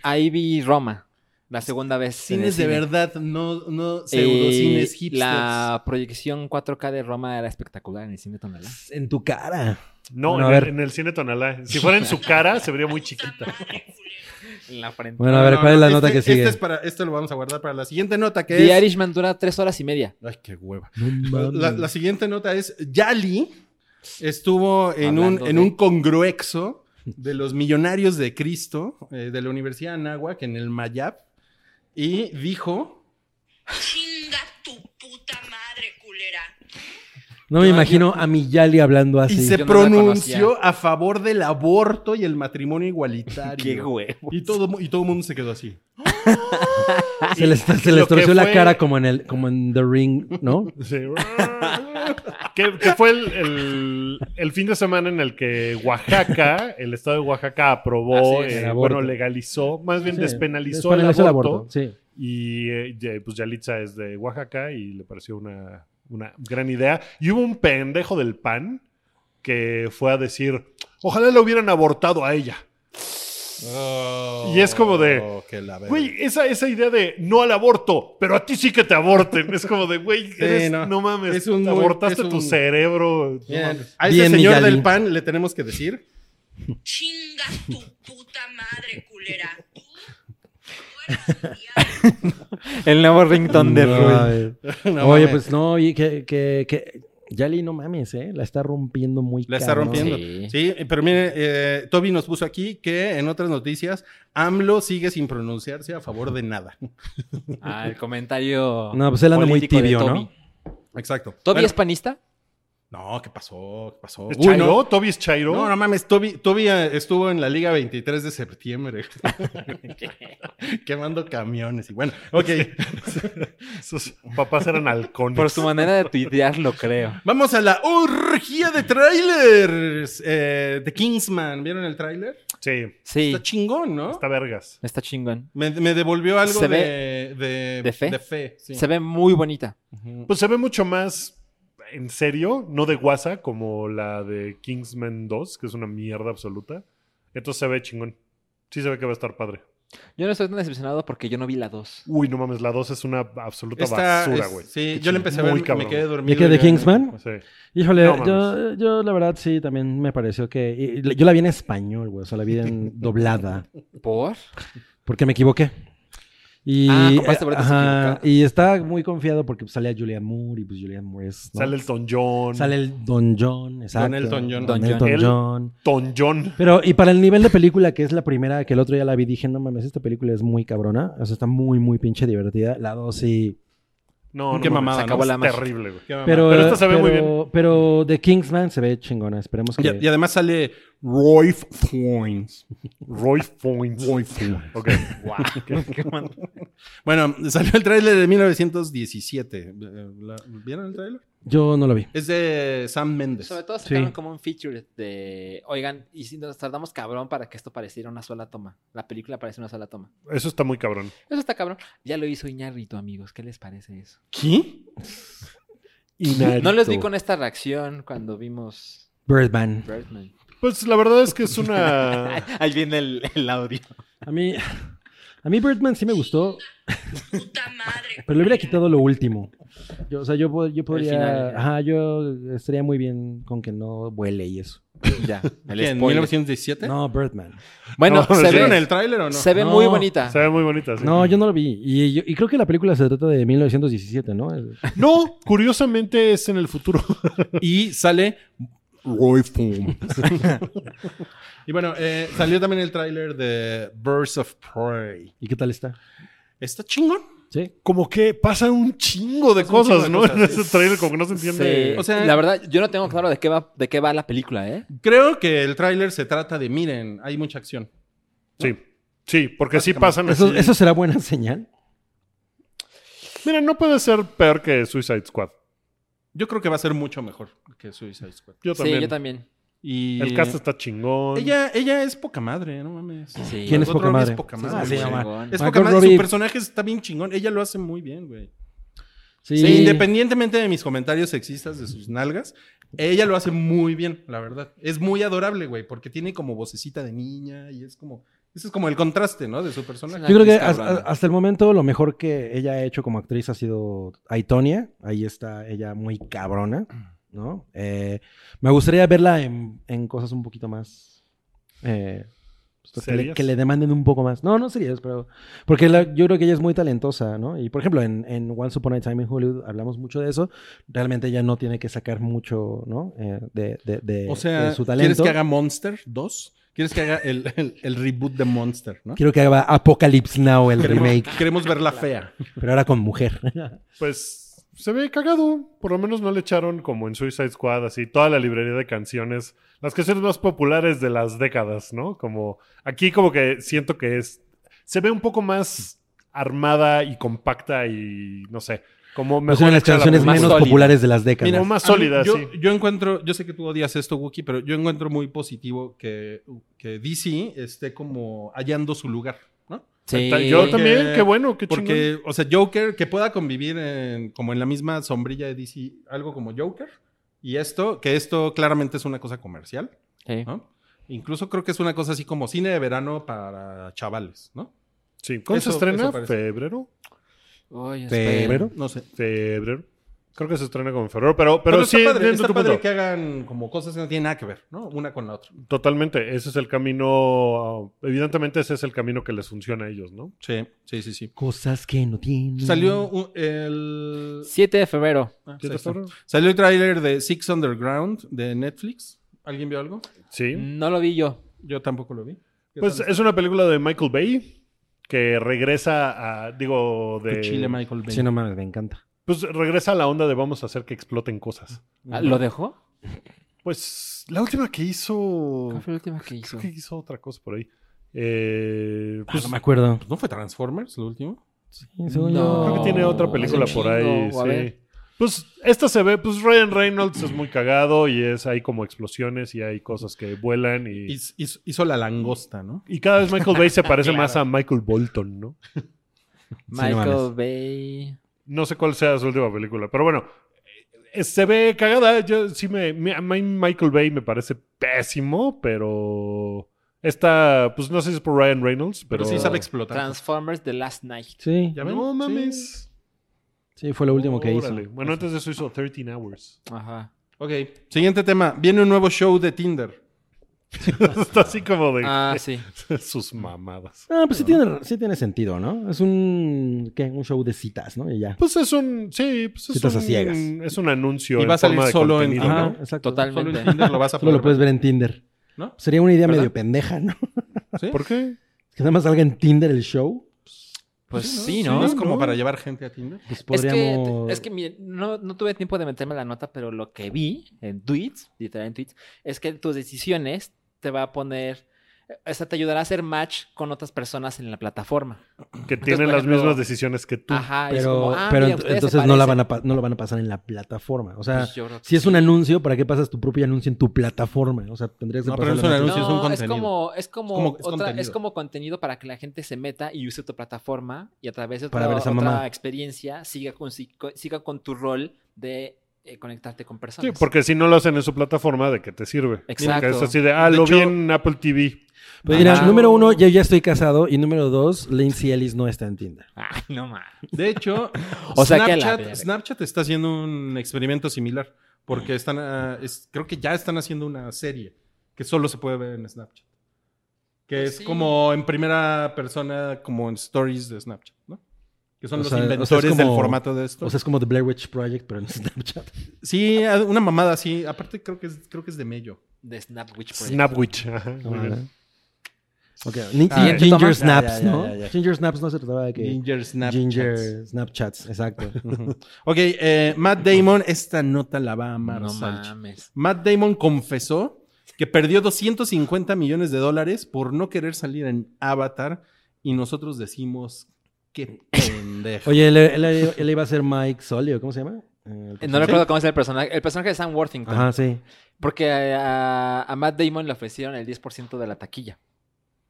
Speaker 3: Ahí vi Roma, la segunda vez. en el
Speaker 4: Cines de
Speaker 3: cine.
Speaker 4: verdad, no, no
Speaker 3: Eh,
Speaker 4: pseudocines hipsters.
Speaker 3: La proyección 4K de Roma era espectacular en el cine Tonalá.
Speaker 5: En tu cara.
Speaker 2: No,
Speaker 5: Bueno,
Speaker 2: en,
Speaker 5: a
Speaker 2: el,
Speaker 5: ver.
Speaker 2: en el cine Tonalá. Si fuera en su cara, se vería muy chiquita.
Speaker 3: En la frente.
Speaker 5: Bueno, a ver,
Speaker 4: No,
Speaker 5: ¿cuál es
Speaker 4: no,
Speaker 5: la nota
Speaker 4: este-
Speaker 5: que sigue?
Speaker 4: Este, es para, este lo vamos a guardar para la siguiente nota que
Speaker 3: The
Speaker 4: es...
Speaker 3: Irishman dura tres horas y media.
Speaker 4: Ay, qué hueva.
Speaker 5: No
Speaker 4: La,
Speaker 5: mames.
Speaker 4: la siguiente nota es Yali estuvo en
Speaker 3: Hablando
Speaker 4: un, en
Speaker 3: de-
Speaker 4: un congruexo de los millonarios de Cristo eh, de la Universidad de Anáhuac en el Mayab y dijo
Speaker 6: Chinga tu puta madre, culera.
Speaker 5: No me imagino a mi Yali hablando así.
Speaker 4: y se
Speaker 3: Yo no la
Speaker 4: pronunció a favor del aborto y el matrimonio igualitario.
Speaker 3: huevo.
Speaker 4: Y todo mu- y todo el mundo se quedó así.
Speaker 5: Se les, se
Speaker 2: Lo
Speaker 5: les
Speaker 2: que
Speaker 5: torció la
Speaker 2: fue-
Speaker 5: cara como en el, como en The Ring, ¿no?
Speaker 2: Sí. que, que fue el, el- el fin de semana en el que Oaxaca, el estado de Oaxaca, aprobó,
Speaker 3: Así es.
Speaker 2: eh,
Speaker 5: El aborto.
Speaker 2: bueno, legalizó, más bien
Speaker 5: Sí,
Speaker 2: despenalizó,
Speaker 5: despenalizó
Speaker 2: el aborto.
Speaker 5: Sí.
Speaker 2: Y eh, ya, pues Yalitza es de Oaxaca y le pareció una, una gran idea. Y hubo un pendejo del PAN que fue a decir, ojalá la hubieran abortado a ella. Y es como de,
Speaker 4: Oh, que la verga.
Speaker 2: Güey, esa, esa idea de no al aborto, pero a ti sí que te aborten. Es como de, güey, eres-
Speaker 4: no.
Speaker 2: no. mames,
Speaker 4: Es un
Speaker 2: te
Speaker 4: muy-
Speaker 2: abortaste
Speaker 4: es
Speaker 2: tu
Speaker 4: un-
Speaker 2: cerebro. No
Speaker 4: Bien.
Speaker 2: mames.
Speaker 4: A ese
Speaker 5: Bien, mi
Speaker 4: señor
Speaker 5: Yali.
Speaker 4: del pan le tenemos que decir
Speaker 6: Chinga tu puta madre, culera. Tú, tú eres un diablo.
Speaker 3: El nuevo rington de
Speaker 5: No, a
Speaker 3: Rui.
Speaker 5: ver.
Speaker 4: No
Speaker 5: Oye,
Speaker 4: mames.
Speaker 5: pues no, y que, que, que- Yali, no mames, ¿eh? La está rompiendo muy
Speaker 4: La está
Speaker 5: cabrón.
Speaker 4: rompiendo.
Speaker 3: Sí.
Speaker 4: Sí, eh, pero mire, eh, Toby nos puso aquí que en otras noticias, AMLO sigue sin pronunciarse a favor de nada.
Speaker 3: Ah, el comentario.
Speaker 5: No, pues él anda muy
Speaker 3: político de
Speaker 5: tibio,
Speaker 3: Toby.
Speaker 5: ¿no?
Speaker 4: Exacto.
Speaker 3: ¿Toby
Speaker 4: Bueno,
Speaker 3: es panista?
Speaker 4: No, ¿qué pasó? ¿Qué pasó?
Speaker 2: ¿Es
Speaker 4: Uy,
Speaker 2: Chairo?
Speaker 4: no.
Speaker 2: ¿Toby es Chairo?
Speaker 4: No, no mames, Toby, Toby, eh, estuvo en la Liga 23 de septiembre. Quemando camiones y bueno, ok.
Speaker 2: Sus papás eran halcones.
Speaker 3: Por su manera de tuitear, lo creo.
Speaker 4: Vamos a la orgía de trailers eh, de Kingsman. ¿Vieron el tráiler?
Speaker 2: Sí,
Speaker 3: Sí,
Speaker 4: Está chingón, ¿no?
Speaker 2: está vergas.
Speaker 3: está chingón.
Speaker 4: Me, me devolvió algo
Speaker 3: Se
Speaker 4: de,
Speaker 3: ve-
Speaker 4: de,
Speaker 3: ¿De fe?
Speaker 4: De fe sí.
Speaker 3: Se ve muy bonita.
Speaker 4: Ujú.
Speaker 2: Pues se ve mucho más en serio, no de guasa, como la de Kingsman 2, que es una mierda absoluta. Entonces se ve chingón. Sí se ve que va a estar padre.
Speaker 3: Yo no estoy tan decepcionado porque yo no vi la 2.
Speaker 2: Uy, no mames, la 2 es una absoluta
Speaker 4: Esta
Speaker 2: basura,
Speaker 4: es-
Speaker 2: güey.
Speaker 4: Sí, yo le empecé a
Speaker 2: Muy
Speaker 4: ver,
Speaker 2: cabrón.
Speaker 4: me quedé dormido.
Speaker 5: ¿De qué? ¿De
Speaker 4: y ya-
Speaker 5: Kingsman?
Speaker 2: Sí.
Speaker 5: Híjole,
Speaker 2: No mames.
Speaker 5: yo, yo la verdad sí, también me pareció que... y- y- yo la vi en español, güey, o sea, la vi en doblada,
Speaker 3: ¿Por?
Speaker 5: porque me equivoqué. Y, eh,
Speaker 3: Ah, compraste boletos
Speaker 5: ajá,
Speaker 3: equivocados.
Speaker 5: y está muy confiado porque pues, salía Julian Moore y pues Julian Moore es... ¿no?
Speaker 2: Sale el Don John.
Speaker 5: Sale el Don John, exacto.
Speaker 4: Elton John.
Speaker 5: Don
Speaker 3: Don
Speaker 5: Elton
Speaker 2: John.
Speaker 5: John.
Speaker 2: Don John.
Speaker 5: Pero, y para el nivel de película, que es la primera que el otro día la vi, dije, no mames, esta película es muy cabrona. O sea, está muy, muy pinche divertida. La dos sí.
Speaker 2: No, no
Speaker 4: Qué
Speaker 2: mames,
Speaker 4: mamada,
Speaker 2: se
Speaker 4: ¿no?
Speaker 2: acabó
Speaker 3: Es
Speaker 2: la magia. terrible, güey.
Speaker 4: Qué mamá.
Speaker 5: Pero,
Speaker 2: Pero esta se ve muy
Speaker 5: pero- Pero The Kingsman se ve chingona. Esperemos que.
Speaker 4: y, y además sale Roy Foynes.
Speaker 2: Roy Foynes.
Speaker 4: Roy Foynes.
Speaker 2: Ok.
Speaker 4: Bueno, salió el tráiler de 1917. Eh, ¿La- ¿Vieron el tráiler?
Speaker 5: Yo no lo vi.
Speaker 4: Es de Sam Mendes.
Speaker 3: Sobre todo sacaron
Speaker 5: Sí.
Speaker 3: como un feature de, oigan, y si nos tardamos cabrón para que esto pareciera una sola toma. La película parece una sola toma.
Speaker 2: Eso está muy cabrón.
Speaker 3: Eso está cabrón. Ya lo hizo Iñarrito, amigos. ¿Qué les parece eso?
Speaker 4: ¿Qué?
Speaker 3: No les vi con esta reacción cuando vimos
Speaker 5: Birdman.
Speaker 3: Birdman.
Speaker 2: Pues la verdad es que es una.
Speaker 3: Ahí viene el, el audio.
Speaker 5: A mí, a mí Birdman sí me gustó,
Speaker 6: Puta madre.
Speaker 5: pero le hubiera
Speaker 6: culera.
Speaker 5: quitado lo último. Yo, o sea, yo, po- yo podría.
Speaker 3: final, ya.
Speaker 5: ajá, yo estaría muy bien con que no vuele y eso.
Speaker 3: Ya, el
Speaker 4: ¿En
Speaker 3: spoiler.
Speaker 4: 1917?
Speaker 5: No, Birdman.
Speaker 3: Bueno,
Speaker 2: No,
Speaker 3: se,
Speaker 2: ¿sí
Speaker 3: ve,
Speaker 4: ¿Vieron el tráiler o no?
Speaker 3: se ve
Speaker 5: No.
Speaker 3: muy bonita.
Speaker 2: Se ve muy bonita. sí.
Speaker 5: No, yo no lo vi. Y, yo- y creo que la película se trata de 1917, ¿no? El-
Speaker 2: No, curiosamente es en el futuro.
Speaker 4: Y sale Roy Foynes. y bueno, eh, salió también el tráiler de Birds of Prey.
Speaker 5: ¿Y qué tal está?
Speaker 4: ¿Está chingón?
Speaker 5: Sí.
Speaker 2: Como que pasa un chingo de
Speaker 4: Pasa un
Speaker 2: cosas,
Speaker 4: chingo
Speaker 2: ¿no?
Speaker 4: de
Speaker 2: En
Speaker 4: cosas,
Speaker 2: ese trailer, como que no se entiende.
Speaker 3: Sí.
Speaker 4: O sea-
Speaker 3: la verdad, yo no tengo claro de qué va, de qué va la película, ¿eh?
Speaker 4: Creo que el tráiler se trata de, miren, hay mucha acción.
Speaker 2: Sí. Sí, porque sí pasan
Speaker 5: ¿Eso,
Speaker 2: así.
Speaker 5: eso será buena señal?
Speaker 2: Mira, no puede ser peor que Suicide Squad.
Speaker 4: Yo creo que va a ser mucho mejor que Suicide Squad.
Speaker 2: Yo
Speaker 3: Sí,
Speaker 2: también.
Speaker 3: yo también.
Speaker 4: Y
Speaker 2: El cast está chingón.
Speaker 4: Ella, ella es poca madre, no mames.
Speaker 3: Sí.
Speaker 5: ¿Quién es
Speaker 4: Margot
Speaker 5: poca
Speaker 4: Robbie
Speaker 5: madre?
Speaker 4: Es poca
Speaker 5: Sí,
Speaker 4: madre.
Speaker 5: sí,
Speaker 4: güey.
Speaker 5: llama.
Speaker 4: Es
Speaker 5: Margot
Speaker 4: poca madre. Su
Speaker 5: Robbie.
Speaker 4: personaje está bien chingón. Ella lo hace muy bien, güey.
Speaker 5: Sí.
Speaker 4: Sí, independientemente de mis comentarios sexistas de sus nalgas, ella lo hace muy bien, la verdad. Es muy adorable, güey, porque tiene como vocecita de niña y es como. Ese es como el contraste, ¿no? De su personaje.
Speaker 5: Yo creo que
Speaker 3: Está
Speaker 5: hasta,
Speaker 3: hablando.
Speaker 5: hasta el momento lo mejor que ella ha hecho como actriz ha sido Aitonia. Ahí está ella muy cabrona, ¿no? Eh, me gustaría verla en, en cosas un poquito más... eh, pues, que, le,
Speaker 2: ¿Serias?
Speaker 5: que le demanden un poco más. No, no serias, pero... Porque la- yo creo que ella es muy talentosa, ¿no? Y por ejemplo, en, en Once Upon a Time in Hollywood hablamos mucho de eso. Realmente ella no tiene que sacar mucho, ¿no? Eh, de, de- de-
Speaker 4: O sea,
Speaker 5: de su
Speaker 4: ¿quieres
Speaker 5: talento.
Speaker 4: que haga Monster 2? ¿Quieres que haga el, el- el reboot de Monster, no?
Speaker 5: Quiero que haga Apocalypse Now, el
Speaker 4: Queremos,
Speaker 5: remake,
Speaker 4: queremos verla fea.
Speaker 5: pero ahora con mujer.
Speaker 2: Pues se ve cagado. Por lo menos no le echaron como en Suicide Squad, así toda la librería de canciones, las canciones más populares de las décadas, ¿no? Como aquí como que siento que es se ve un poco más armada y compacta y no sé, como
Speaker 5: No
Speaker 2: mejor
Speaker 5: son las
Speaker 2: hecha la
Speaker 5: canciones
Speaker 2: película.
Speaker 5: menos
Speaker 3: sólida.
Speaker 5: populares de las décadas.
Speaker 2: Mira, Como más sólida,
Speaker 4: yo,
Speaker 2: sí.
Speaker 4: Yo encuentro, yo sé que tú odias esto, Wookie, pero yo encuentro muy positivo que, que DC esté como hallando su lugar, ¿no?
Speaker 3: Sí.
Speaker 2: Yo
Speaker 4: porque-
Speaker 2: también, qué bueno, qué chingón.
Speaker 4: Porque, o sea, Joker, que pueda convivir en- como en la misma sombrilla de DC, algo como Joker, y esto, que esto claramente es una cosa comercial,
Speaker 3: Sí.
Speaker 4: ¿no? Incluso creo que es una cosa así como cine de verano para chavales, ¿no?
Speaker 2: Sí, ¿cuándo
Speaker 4: Eso-
Speaker 2: se estrena?
Speaker 4: eso parece.
Speaker 2: ¿Febrero?
Speaker 3: Oye,
Speaker 5: Febrero.
Speaker 4: No sé.
Speaker 2: Febrero. Creo que se estrena como en febrero, pero, pero, sí
Speaker 4: está padre,
Speaker 2: entiendo
Speaker 4: está
Speaker 2: tu
Speaker 4: padre
Speaker 2: punto.
Speaker 4: que hagan como cosas que no tienen nada que ver, ¿no? Una con la otra.
Speaker 2: Totalmente, ese es el camino, ah, evidentemente ese es el camino que les funciona a ellos, ¿no?
Speaker 4: Sí, sí, sí, sí.
Speaker 5: Cosas que no tienen.
Speaker 4: Salió un- el...
Speaker 3: 7 de febrero.
Speaker 4: Ah,
Speaker 2: ¿Siete de
Speaker 4: sexto.
Speaker 2: febrero?
Speaker 4: Salió el tráiler de Six Underground de Netflix. ¿Alguien vio algo?
Speaker 2: Sí.
Speaker 3: No lo vi yo.
Speaker 4: Yo tampoco lo vi. ¿Qué
Speaker 2: Pues
Speaker 4: tal?
Speaker 2: es una película de Michael Bay que regresa a, digo,
Speaker 4: Tu
Speaker 2: de...
Speaker 4: Chile Michael Bay.
Speaker 5: Sí, no mames, me encanta.
Speaker 2: Pues regresa a la onda de vamos a hacer que exploten cosas.
Speaker 3: Ah, ¿Lo dejó?
Speaker 2: Pues la última que hizo...
Speaker 3: ¿Cuál fue la última que hizo?
Speaker 2: Creo que hizo otra cosa por ahí. Eh, pues,
Speaker 5: Ah, no me acuerdo.
Speaker 4: Pues, ¿No fue Transformers lo último?
Speaker 5: según yo-
Speaker 2: creo que tiene otra película
Speaker 3: hace
Speaker 2: por
Speaker 3: un
Speaker 2: ahí.
Speaker 3: chingo, a
Speaker 2: sí.
Speaker 3: ver.
Speaker 2: Pues esta se ve, pues Ryan Reynolds es muy cagado y es hay como explosiones y hay cosas que vuelan y...
Speaker 4: Hiz- hizo, hizo La Langosta, ¿no?
Speaker 2: y cada vez Michael Bay se parece más a Michael Bolton, ¿no?
Speaker 3: Michael
Speaker 5: no mames.
Speaker 3: Bay.
Speaker 2: No sé cuál sea su última película, pero bueno, eh, se ve cagada. Yo sí me, me- a mí Michael Bay me parece pésimo, pero esta, pues no sé si es por Ryan Reynolds, pero,
Speaker 4: Pero sí sabe explotar.
Speaker 3: Transformers The Last Night.
Speaker 5: Sí,
Speaker 4: ¿Ya ven?
Speaker 2: No
Speaker 4: Sí.
Speaker 2: mames.
Speaker 5: sí, fue lo último que hizo.
Speaker 2: Órale. Bueno, antes de eso hizo 13 Hours.
Speaker 3: Ajá.
Speaker 4: Ok, siguiente tema. Viene un nuevo show de Tinder.
Speaker 2: Está así como de
Speaker 3: Ah, sí.
Speaker 2: sus mamadas.
Speaker 5: Ah, pues sí tiene, sí tiene sentido, ¿no? Es un, ¿qué? un show de citas, ¿no? Y ya.
Speaker 2: Pues es un, sí, pues es
Speaker 5: Citas a
Speaker 2: un-
Speaker 5: ciegas.
Speaker 2: Es un anuncio
Speaker 4: Y va
Speaker 2: en
Speaker 4: a salir
Speaker 2: forma de
Speaker 4: solo en-
Speaker 2: contenido,
Speaker 5: Ajá,
Speaker 2: ¿no?
Speaker 5: exacto.
Speaker 4: Solo en
Speaker 3: Totalmente.
Speaker 4: Tinder lo vas a
Speaker 5: Solo
Speaker 4: poder
Speaker 5: lo puedes ver en Tinder.
Speaker 4: ¿No?
Speaker 5: Sería una idea
Speaker 4: ¿Verdad?
Speaker 5: medio pendeja, ¿no?
Speaker 4: ¿Sí?
Speaker 2: ¿Por qué?
Speaker 5: Que nada más salga en Tinder el show.
Speaker 3: Pues sí,
Speaker 4: Sí,
Speaker 3: ¿no?
Speaker 4: ¿no? Es como para llevar gente a Tinder.
Speaker 5: Pues
Speaker 3: Es
Speaker 5: podríamos...
Speaker 3: que, es que miren, no, no tuve tiempo de meterme en la nota, pero lo que vi en tweets, literal en tweets, es que tus decisiones te va a poner, o sea, te ayudará a hacer match con otras personas en la plataforma.
Speaker 2: Que tienen
Speaker 3: por
Speaker 2: las
Speaker 3: ejemplo,
Speaker 2: mismas decisiones que tú.
Speaker 3: Ajá, y es
Speaker 5: Pero,
Speaker 3: como, ah,
Speaker 5: pero
Speaker 3: mira,
Speaker 5: ent-
Speaker 3: ustedes se
Speaker 5: entonces no, la van
Speaker 3: parecen.
Speaker 5: a pa- no lo van a pasar en la plataforma. O sea,
Speaker 3: Pues yo creo que
Speaker 5: si es
Speaker 3: sí.
Speaker 5: un anuncio, ¿para qué pasas tu propio anuncio en tu plataforma? O sea, tendrías que
Speaker 4: No, pero
Speaker 5: pasar
Speaker 4: es un
Speaker 5: la-
Speaker 4: anuncio, es un
Speaker 3: No, es
Speaker 4: contenido.
Speaker 3: como, es como,
Speaker 4: Es como- es
Speaker 3: otra-
Speaker 4: contenido.
Speaker 3: es como contenido para que la gente se meta y use tu plataforma y a través de
Speaker 5: Para
Speaker 3: otra,
Speaker 5: ver esa
Speaker 3: otra
Speaker 5: mamá.
Speaker 3: experiencia siga con, si- co- siga con tu rol de eh, conectarte con
Speaker 2: Sí,
Speaker 3: personas.
Speaker 2: porque si no lo hacen en su plataforma, ¿de qué te sirve?
Speaker 3: Exacto.
Speaker 2: Porque es así de, ah,
Speaker 4: De
Speaker 2: lo vi
Speaker 4: hecho-
Speaker 2: en Apple TV.
Speaker 5: Pues mira,
Speaker 3: Ajá.
Speaker 5: número uno, yo ya estoy casado. Y número dos, Lindsay Ellis no está en Tinder.
Speaker 3: Ay, no más.
Speaker 4: De hecho,
Speaker 3: O sea que a la
Speaker 4: Snapchat,
Speaker 3: verga.
Speaker 4: Snapchat está haciendo un experimento similar. Porque están, ah, es- creo que ya están haciendo una serie que solo se puede ver en Snapchat. Que
Speaker 3: Pues
Speaker 4: es
Speaker 3: sí.
Speaker 4: como en primera persona, como en stories de Snapchat, ¿no? Que son
Speaker 5: O
Speaker 4: los
Speaker 5: sea, o sea, es
Speaker 4: inventores del
Speaker 5: como-
Speaker 4: formato de esto.
Speaker 5: O sea, es como The Blair Witch Project, pero en Snapchat.
Speaker 4: sí, ah, una mamada así. Aparte, creo que es, creo que es de Mello.
Speaker 3: De Snapwitch Project.
Speaker 2: Snapwitch. Ajá, muy
Speaker 5: Ah,
Speaker 2: bien.
Speaker 5: ok. Ni-
Speaker 4: Ah,
Speaker 5: Ginger,
Speaker 3: ya, ya,
Speaker 5: Snaps,
Speaker 4: ya,
Speaker 5: ¿no?
Speaker 4: ya, ya.
Speaker 5: Ginger Snaps no se trataba de que...
Speaker 4: Ginger Snapchat.
Speaker 5: Ginger Snapchats, exacto.
Speaker 4: Ujú. ok, eh, Matt Damon, esta nota la va a amar.
Speaker 3: No
Speaker 4: Salchi.
Speaker 3: mames.
Speaker 4: Matt Damon confesó que perdió 250 millones de dólares por no querer salir en Avatar y nosotros decimos qué pendejo.
Speaker 5: Oye, él, él- él- él iba a ser Mike Solio, ¿cómo se llama? Eh,
Speaker 3: Eh, No recuerdo cómo es el personaje. El personaje de Sam Worthington.
Speaker 5: Ajá, sí.
Speaker 3: Porque eh, a, a Matt Damon le ofrecieron el 10% de la taquilla.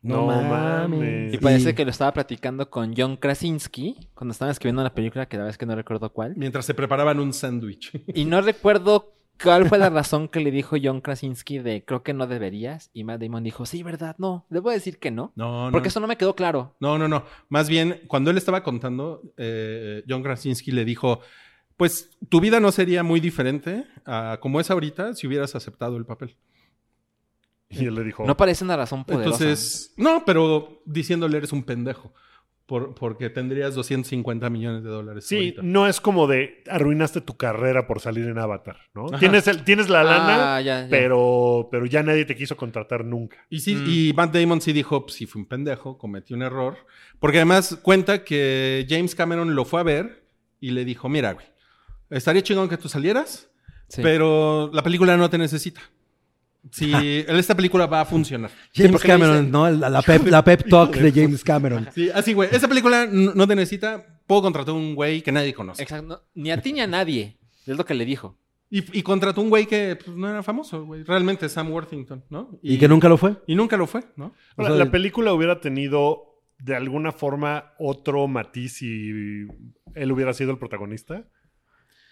Speaker 2: No mames.
Speaker 3: Y
Speaker 2: Sí.
Speaker 3: parece que lo estaba platicando con John Krasinski cuando estaban escribiendo una película que la verdad es que no recuerdo cuál.
Speaker 4: Mientras se preparaban un sándwich.
Speaker 3: Y no recuerdo cuál fue la razón que le dijo John Krasinski de creo que no deberías. Y Matt Damon dijo, sí, ¿verdad? No, le voy a decir que no.
Speaker 4: No, no.
Speaker 3: Porque eso no me quedó claro.
Speaker 4: No, no, no. Más bien, cuando él estaba contando, eh, John Krasinski le dijo, pues tu vida no sería muy diferente a como es ahorita si hubieras aceptado el papel.
Speaker 2: Y él le dijo,
Speaker 3: No parece una razón poderosa.
Speaker 4: Oh. Entonces, no, pero diciéndole eres un pendejo. por- porque tendrías 250 millones de dólares.
Speaker 2: sí,
Speaker 4: ahorita.
Speaker 2: no es como de, arruinaste tu carrera por salir en Avatar, ¿no?
Speaker 4: Ajá.
Speaker 2: Tienes, el, tienes la lana,
Speaker 3: Ah, ya, ya.
Speaker 2: pero, pero ya nadie te quiso contratar nunca.
Speaker 4: Y, sí,
Speaker 3: Mm.
Speaker 4: y Matt Damon sí dijo, pues sí, fue un pendejo, cometí un error. Porque además cuenta que James Cameron lo fue a ver y le dijo, mira, güey, estaría chingón que tú salieras,
Speaker 3: Sí.
Speaker 4: pero la película no te necesita. Si esta película va a funcionar.
Speaker 5: James
Speaker 3: porque le
Speaker 5: Cameron,
Speaker 3: dicen-
Speaker 5: ¿no? La, la pep, la pep talk de James Cameron.
Speaker 4: Sí, así, güey, esta película n- no te necesita, puedo contratar un güey que nadie conoce.
Speaker 3: Exacto. no, Ni a ti ni a nadie. Es lo que le dijo.
Speaker 4: Y, y contrató un güey que pues, no era famoso, güey, realmente Sam Worthington, ¿no?
Speaker 5: Y, que nunca lo fue.
Speaker 4: y nunca lo fue, ¿no?
Speaker 5: O
Speaker 2: Ahora,
Speaker 5: sea,
Speaker 2: la película hubiera tenido de alguna forma otro matiz si él hubiera sido el protagonista.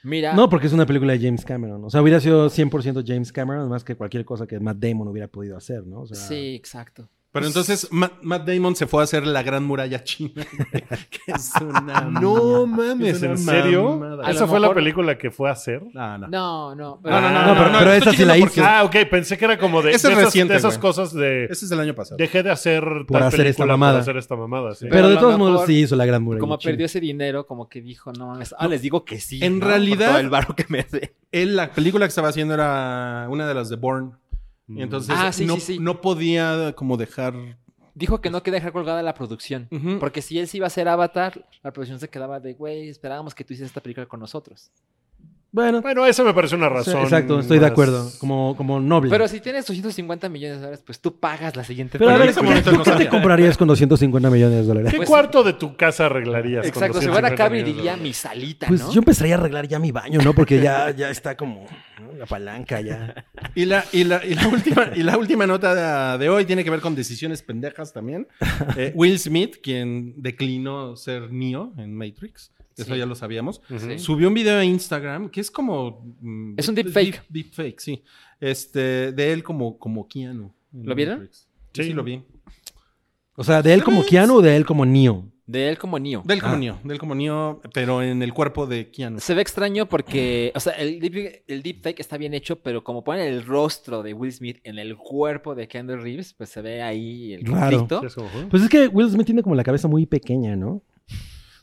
Speaker 3: Mira,
Speaker 5: No, porque es una película de James Cameron. O sea, hubiera sido 100% James Cameron, más que cualquier cosa que Matt Damon hubiera podido hacer, ¿no? pues, O sea,
Speaker 3: sí, exacto.
Speaker 4: Pero entonces Ma- Matt Damon se fue a hacer la gran muralla china. güey, que es una
Speaker 2: No
Speaker 4: mamada.
Speaker 2: mames,
Speaker 4: Ah, Es una
Speaker 2: ¿en serio?
Speaker 4: mamada.
Speaker 3: A
Speaker 2: ¿Esa
Speaker 3: lo
Speaker 2: fue la
Speaker 3: mejor-
Speaker 2: película que fue a hacer?
Speaker 4: No, no.
Speaker 3: No, no.
Speaker 4: Ah, No, no, no,
Speaker 5: Ah, No, pero,
Speaker 4: no,
Speaker 5: pero
Speaker 4: estoy
Speaker 5: esa sí la
Speaker 4: diciendo
Speaker 5: hizo.
Speaker 4: porque-
Speaker 2: Ah, ok, pensé que era como de,
Speaker 4: Ese
Speaker 2: de
Speaker 4: es
Speaker 2: esas,
Speaker 4: reciente,
Speaker 2: de esas
Speaker 4: güey.
Speaker 2: cosas de
Speaker 4: Ese es el año pasado.
Speaker 2: dejé de hacer
Speaker 5: Por
Speaker 2: tal
Speaker 5: hacer esta
Speaker 2: película
Speaker 5: mamada.
Speaker 2: por hacer esta mamada. sí.
Speaker 5: Pero de
Speaker 3: a lo
Speaker 5: todos modos
Speaker 3: mejor,
Speaker 5: sí hizo la gran muralla.
Speaker 3: Como
Speaker 5: china.
Speaker 3: perdió ese dinero, como que dijo, no mames. Ah, les digo que sí. ¿no?
Speaker 4: En
Speaker 3: Por
Speaker 4: realidad-
Speaker 3: todo el barro que me dé.
Speaker 4: Él, la película que estaba haciendo era una de las de Bourne.
Speaker 2: Mm.
Speaker 4: Y entonces
Speaker 3: Ah, sí,
Speaker 4: no,
Speaker 3: sí, sí.
Speaker 4: no podía como dejar...
Speaker 3: Dijo que no quería dejar colgada la producción.
Speaker 4: Ujú.
Speaker 3: Porque si él sí iba a ser Avatar, la producción se quedaba de, güey, esperábamos que tú hicieras esta película con nosotros.
Speaker 5: Bueno,
Speaker 2: Bueno, esa me parece una
Speaker 5: sí,
Speaker 2: razón.
Speaker 5: exacto, estoy de
Speaker 2: más-
Speaker 5: acuerdo. Como, como noble.
Speaker 3: Pero si tienes 250 millones de dólares, pues tú pagas la siguiente
Speaker 5: Pero a
Speaker 4: en
Speaker 5: ver,
Speaker 4: ese
Speaker 5: ¿tú-
Speaker 4: momento
Speaker 5: ¿tú
Speaker 4: no
Speaker 5: qué te
Speaker 4: sabía.
Speaker 5: comprarías con 250 millones de dólares?
Speaker 2: ¿Qué
Speaker 3: Pues-
Speaker 2: cuarto de tu casa arreglarías? con
Speaker 3: Exacto, se van a
Speaker 2: 250
Speaker 3: acabar y
Speaker 2: millones de
Speaker 3: diría mi
Speaker 2: dólares?
Speaker 3: salita,
Speaker 5: Pues
Speaker 3: ¿no?
Speaker 5: yo empezaría a arreglar ya mi baño, ¿no? Porque ya, ya está como ¿no? la palanca ya.
Speaker 4: Y la, y, la, y la última, y la última nota de, de hoy tiene que ver con decisiones pendejas también. Eh, Will Smith, quien declinó ser Neo en Matrix, eso
Speaker 3: Sí.
Speaker 4: ya lo sabíamos,
Speaker 2: Ujú.
Speaker 3: Sí.
Speaker 4: subió un video a Instagram que es como... mm,
Speaker 3: Es un deepfake.
Speaker 4: deep- deepfake, sí. Este, de él como, como Keanu. en
Speaker 3: ¿Lo vieron?
Speaker 4: Matrix. Sí,
Speaker 2: Sí.
Speaker 4: sí, lo vi.
Speaker 5: O sea, de él como Keanu o de él como Neo.
Speaker 3: De él como Neo.
Speaker 4: Del como
Speaker 5: Ah.
Speaker 4: Neo, del como Neo, pero en el cuerpo de Keanu.
Speaker 3: Se ve extraño porque, o sea, el, deep, el deepfake está bien hecho, pero como ponen el rostro de Will Smith en el cuerpo de Keanu Reeves, pues se ve ahí el
Speaker 5: Raro.
Speaker 3: conflicto.
Speaker 2: Sí, es como, ¿eh?
Speaker 5: Pues es que Will Smith tiene como la cabeza muy pequeña, ¿no?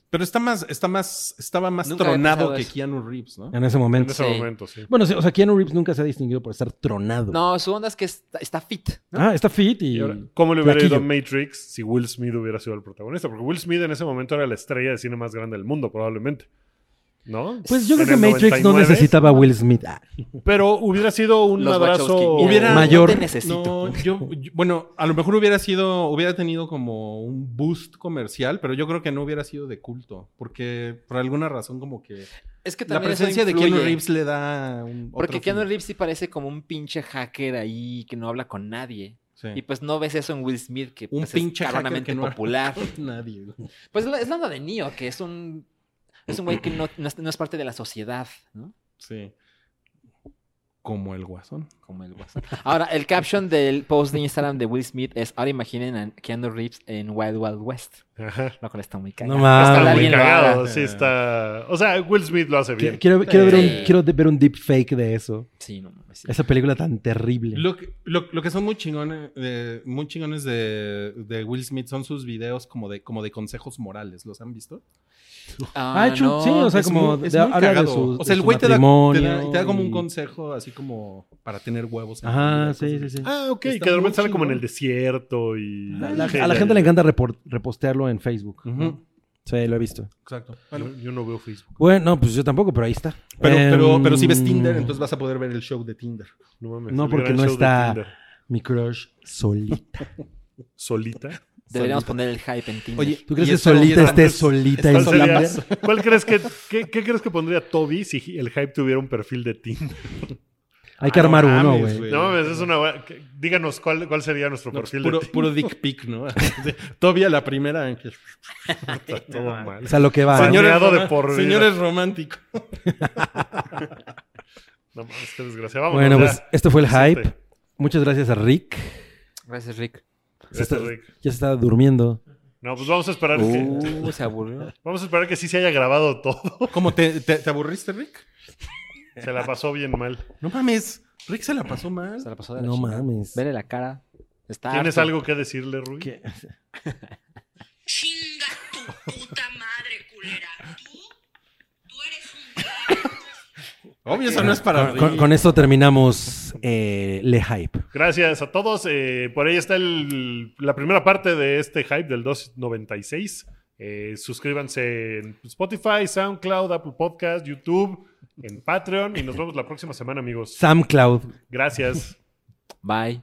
Speaker 4: Pero está más, está más, estaba más
Speaker 3: Nunca había
Speaker 4: tronado
Speaker 3: pensado
Speaker 4: que
Speaker 3: eso.
Speaker 4: Keanu Reeves, ¿no?
Speaker 5: En ese
Speaker 2: En
Speaker 5: momento.
Speaker 2: ese
Speaker 3: Sí.
Speaker 2: momento, sí.
Speaker 5: Bueno, sí, o sea, Keanu Reeves nunca se ha distinguido por estar tronado.
Speaker 3: No, su onda es que está, está fit. ¿no?
Speaker 5: Ah, está fit y...
Speaker 2: Y ahora, ¿Cómo le hubiera ido a
Speaker 5: Flaquillo.
Speaker 2: Matrix si Will Smith hubiera sido el protagonista? Porque Will Smith en ese momento era la estrella de cine más grande del mundo, probablemente. ¿no?
Speaker 5: Pues yo
Speaker 2: En
Speaker 5: creo que
Speaker 2: el
Speaker 5: Matrix no
Speaker 2: 99,
Speaker 5: necesitaba a Will Smith. Ah,
Speaker 2: Pero hubiera sido un
Speaker 3: Los
Speaker 2: abrazo.
Speaker 3: Wachowski.
Speaker 4: Hubiera-
Speaker 5: Mayor.
Speaker 3: No te necesito.
Speaker 4: No, yo, yo- bueno, a lo mejor hubiera sido, hubiera tenido como un boost comercial, pero yo creo que no hubiera sido de culto, porque por alguna razón como que
Speaker 3: Es que
Speaker 4: la
Speaker 3: también eso
Speaker 4: presencia de Keanu
Speaker 3: influye,
Speaker 4: Reeves le da un otro
Speaker 3: Porque Keanu
Speaker 4: fin.
Speaker 3: Reeves sí parece como un pinche hacker ahí que no habla con nadie.
Speaker 4: Sí.
Speaker 3: Y pues no ves eso en Will Smith, que
Speaker 4: Un
Speaker 3: pues,
Speaker 4: pinche
Speaker 3: es
Speaker 4: hacker
Speaker 3: caronamente
Speaker 4: que no-
Speaker 3: popular.
Speaker 4: Nadie. güey.
Speaker 3: Pues es la- es la onda de Neo, que es un... Es un güey que no, no es, no es parte de la sociedad, ¿no?
Speaker 4: Sí. Como el guasón.
Speaker 3: Como el WhatsApp. Ahora, el caption del post de Instagram de Will Smith es ahora imaginen a Keanu Reeves en Wild Wild West.
Speaker 2: Ajá.
Speaker 3: Lo cual está muy cagado.
Speaker 5: no mames.
Speaker 2: Ah, Está
Speaker 3: Ojalá
Speaker 2: muy
Speaker 3: alguien lo
Speaker 2: cagado,
Speaker 4: haga.
Speaker 2: sí está. O sea, Will Smith lo hace bien.
Speaker 5: Quiero, quiero- quiero ver
Speaker 3: Sí.
Speaker 5: un, quiero de- ver un deep fake de eso.
Speaker 3: Sí, no mames. sí.
Speaker 5: Esa película tan terrible.
Speaker 4: Lo que, lo, lo que son muy chingones, de, muy chingones de, de Will Smith son sus videos como de, como de consejos morales. ¿Los han visto?
Speaker 3: Ah,
Speaker 5: Ah, hecho,
Speaker 3: no,
Speaker 5: sí, o sea,
Speaker 4: Es
Speaker 5: como
Speaker 4: muy- es
Speaker 5: de-
Speaker 4: muy
Speaker 5: habla de
Speaker 4: cagado.
Speaker 5: su,
Speaker 4: O sea,
Speaker 5: de
Speaker 4: el
Speaker 5: su
Speaker 4: güey te da, te da-
Speaker 5: matrimonio
Speaker 4: y te da como un
Speaker 5: y-
Speaker 4: consejo así como para tener huevos. en la
Speaker 5: Ajá,
Speaker 4: vida,
Speaker 5: sí, sí,
Speaker 4: cosas
Speaker 5: sí.
Speaker 2: Ah, ok,
Speaker 4: Está
Speaker 2: que de
Speaker 4: muy
Speaker 2: repente sale como en
Speaker 4: chingón.
Speaker 2: el desierto y.
Speaker 5: La- la-
Speaker 2: Sí,
Speaker 5: a la
Speaker 2: ya,
Speaker 5: gente
Speaker 2: ya.
Speaker 5: le encanta report- repostearlo en Facebook.
Speaker 4: así. Ujú,
Speaker 5: Sí, lo he visto.
Speaker 4: Exacto.
Speaker 2: Yo, yo no veo Facebook.
Speaker 5: Bueno, pues yo tampoco, pero ahí está.
Speaker 4: Pero, pero, pero si ves
Speaker 5: Em,
Speaker 4: Tinder, entonces vas a poder ver el show de Tinder.
Speaker 2: No mames.
Speaker 5: No,
Speaker 2: el
Speaker 5: porque
Speaker 2: gran
Speaker 5: no
Speaker 2: show de
Speaker 5: está-
Speaker 2: Tinder.
Speaker 5: Mi crush solita.
Speaker 2: Solita.
Speaker 3: Deberíamos poner el hype en Tinder.
Speaker 4: Oye,
Speaker 5: ¿Tú crees
Speaker 4: y
Speaker 5: que
Speaker 4: esta
Speaker 5: solita
Speaker 4: vida-
Speaker 5: esté solita
Speaker 2: ¿Cuál,
Speaker 5: en
Speaker 2: sería-
Speaker 5: Tinder?
Speaker 2: cuál crees que qué, qué crees que pondría Toby si el hype tuviera un perfil de Tinder?
Speaker 5: Hay que
Speaker 4: Ah, no
Speaker 5: armar uno,
Speaker 4: mames,
Speaker 5: güey.
Speaker 2: No mames, es una buena- que- díganos cuál, cuál sería nuestro
Speaker 4: No,
Speaker 2: perfil
Speaker 4: pues, puro,
Speaker 2: de Tinder.
Speaker 4: puro dick pic, ¿no? Todavía la primera. en que-
Speaker 2: Está todo mal.
Speaker 5: O sea, lo que va.
Speaker 2: Señor-
Speaker 5: ¿no?
Speaker 4: Señores,
Speaker 2: Baneado de
Speaker 4: roma-
Speaker 2: por vida.
Speaker 4: señores románticos.
Speaker 2: No mames, qué desgracia. Vámonos,
Speaker 5: Bueno,
Speaker 2: ya.
Speaker 5: pues este fue el
Speaker 2: Suerte.
Speaker 5: hype. Muchas gracias a Rick.
Speaker 3: Gracias, Rick.
Speaker 5: Se
Speaker 2: Gracias,
Speaker 5: está-
Speaker 2: este Rick.
Speaker 5: ya se está durmiendo.
Speaker 2: No, pues vamos a esperar que
Speaker 3: Uh, se aburrió.
Speaker 2: vamos a esperar que sí se haya grabado todo.
Speaker 4: ¿Cómo te, te- te aburriste, Rick?
Speaker 2: Se la pasó bien mal.
Speaker 4: No mames. Rick se la pasó mal.
Speaker 3: Se la pasó de la
Speaker 5: No
Speaker 3: chingada.
Speaker 5: mames.
Speaker 3: Vele la cara. Está
Speaker 2: ¿Tienes
Speaker 3: harto.
Speaker 2: algo que decirle, Rui?
Speaker 5: ¿Qué?
Speaker 6: Chinga tu puta madre, culera. Tú, tú eres un cabrón.
Speaker 4: Obvio, eso no es para
Speaker 5: Con, con-
Speaker 4: Rick.
Speaker 5: con esto terminamos eh, Le Hype.
Speaker 2: Gracias a todos. Eh, por ahí está el- la primera parte de este hype del 296. Eh, suscríbanse en Spotify, SoundCloud, Apple Podcast, YouTube, en Patreon y nos vemos la próxima semana, amigos.
Speaker 5: Sam Cloud.
Speaker 2: Gracias.
Speaker 3: Bye.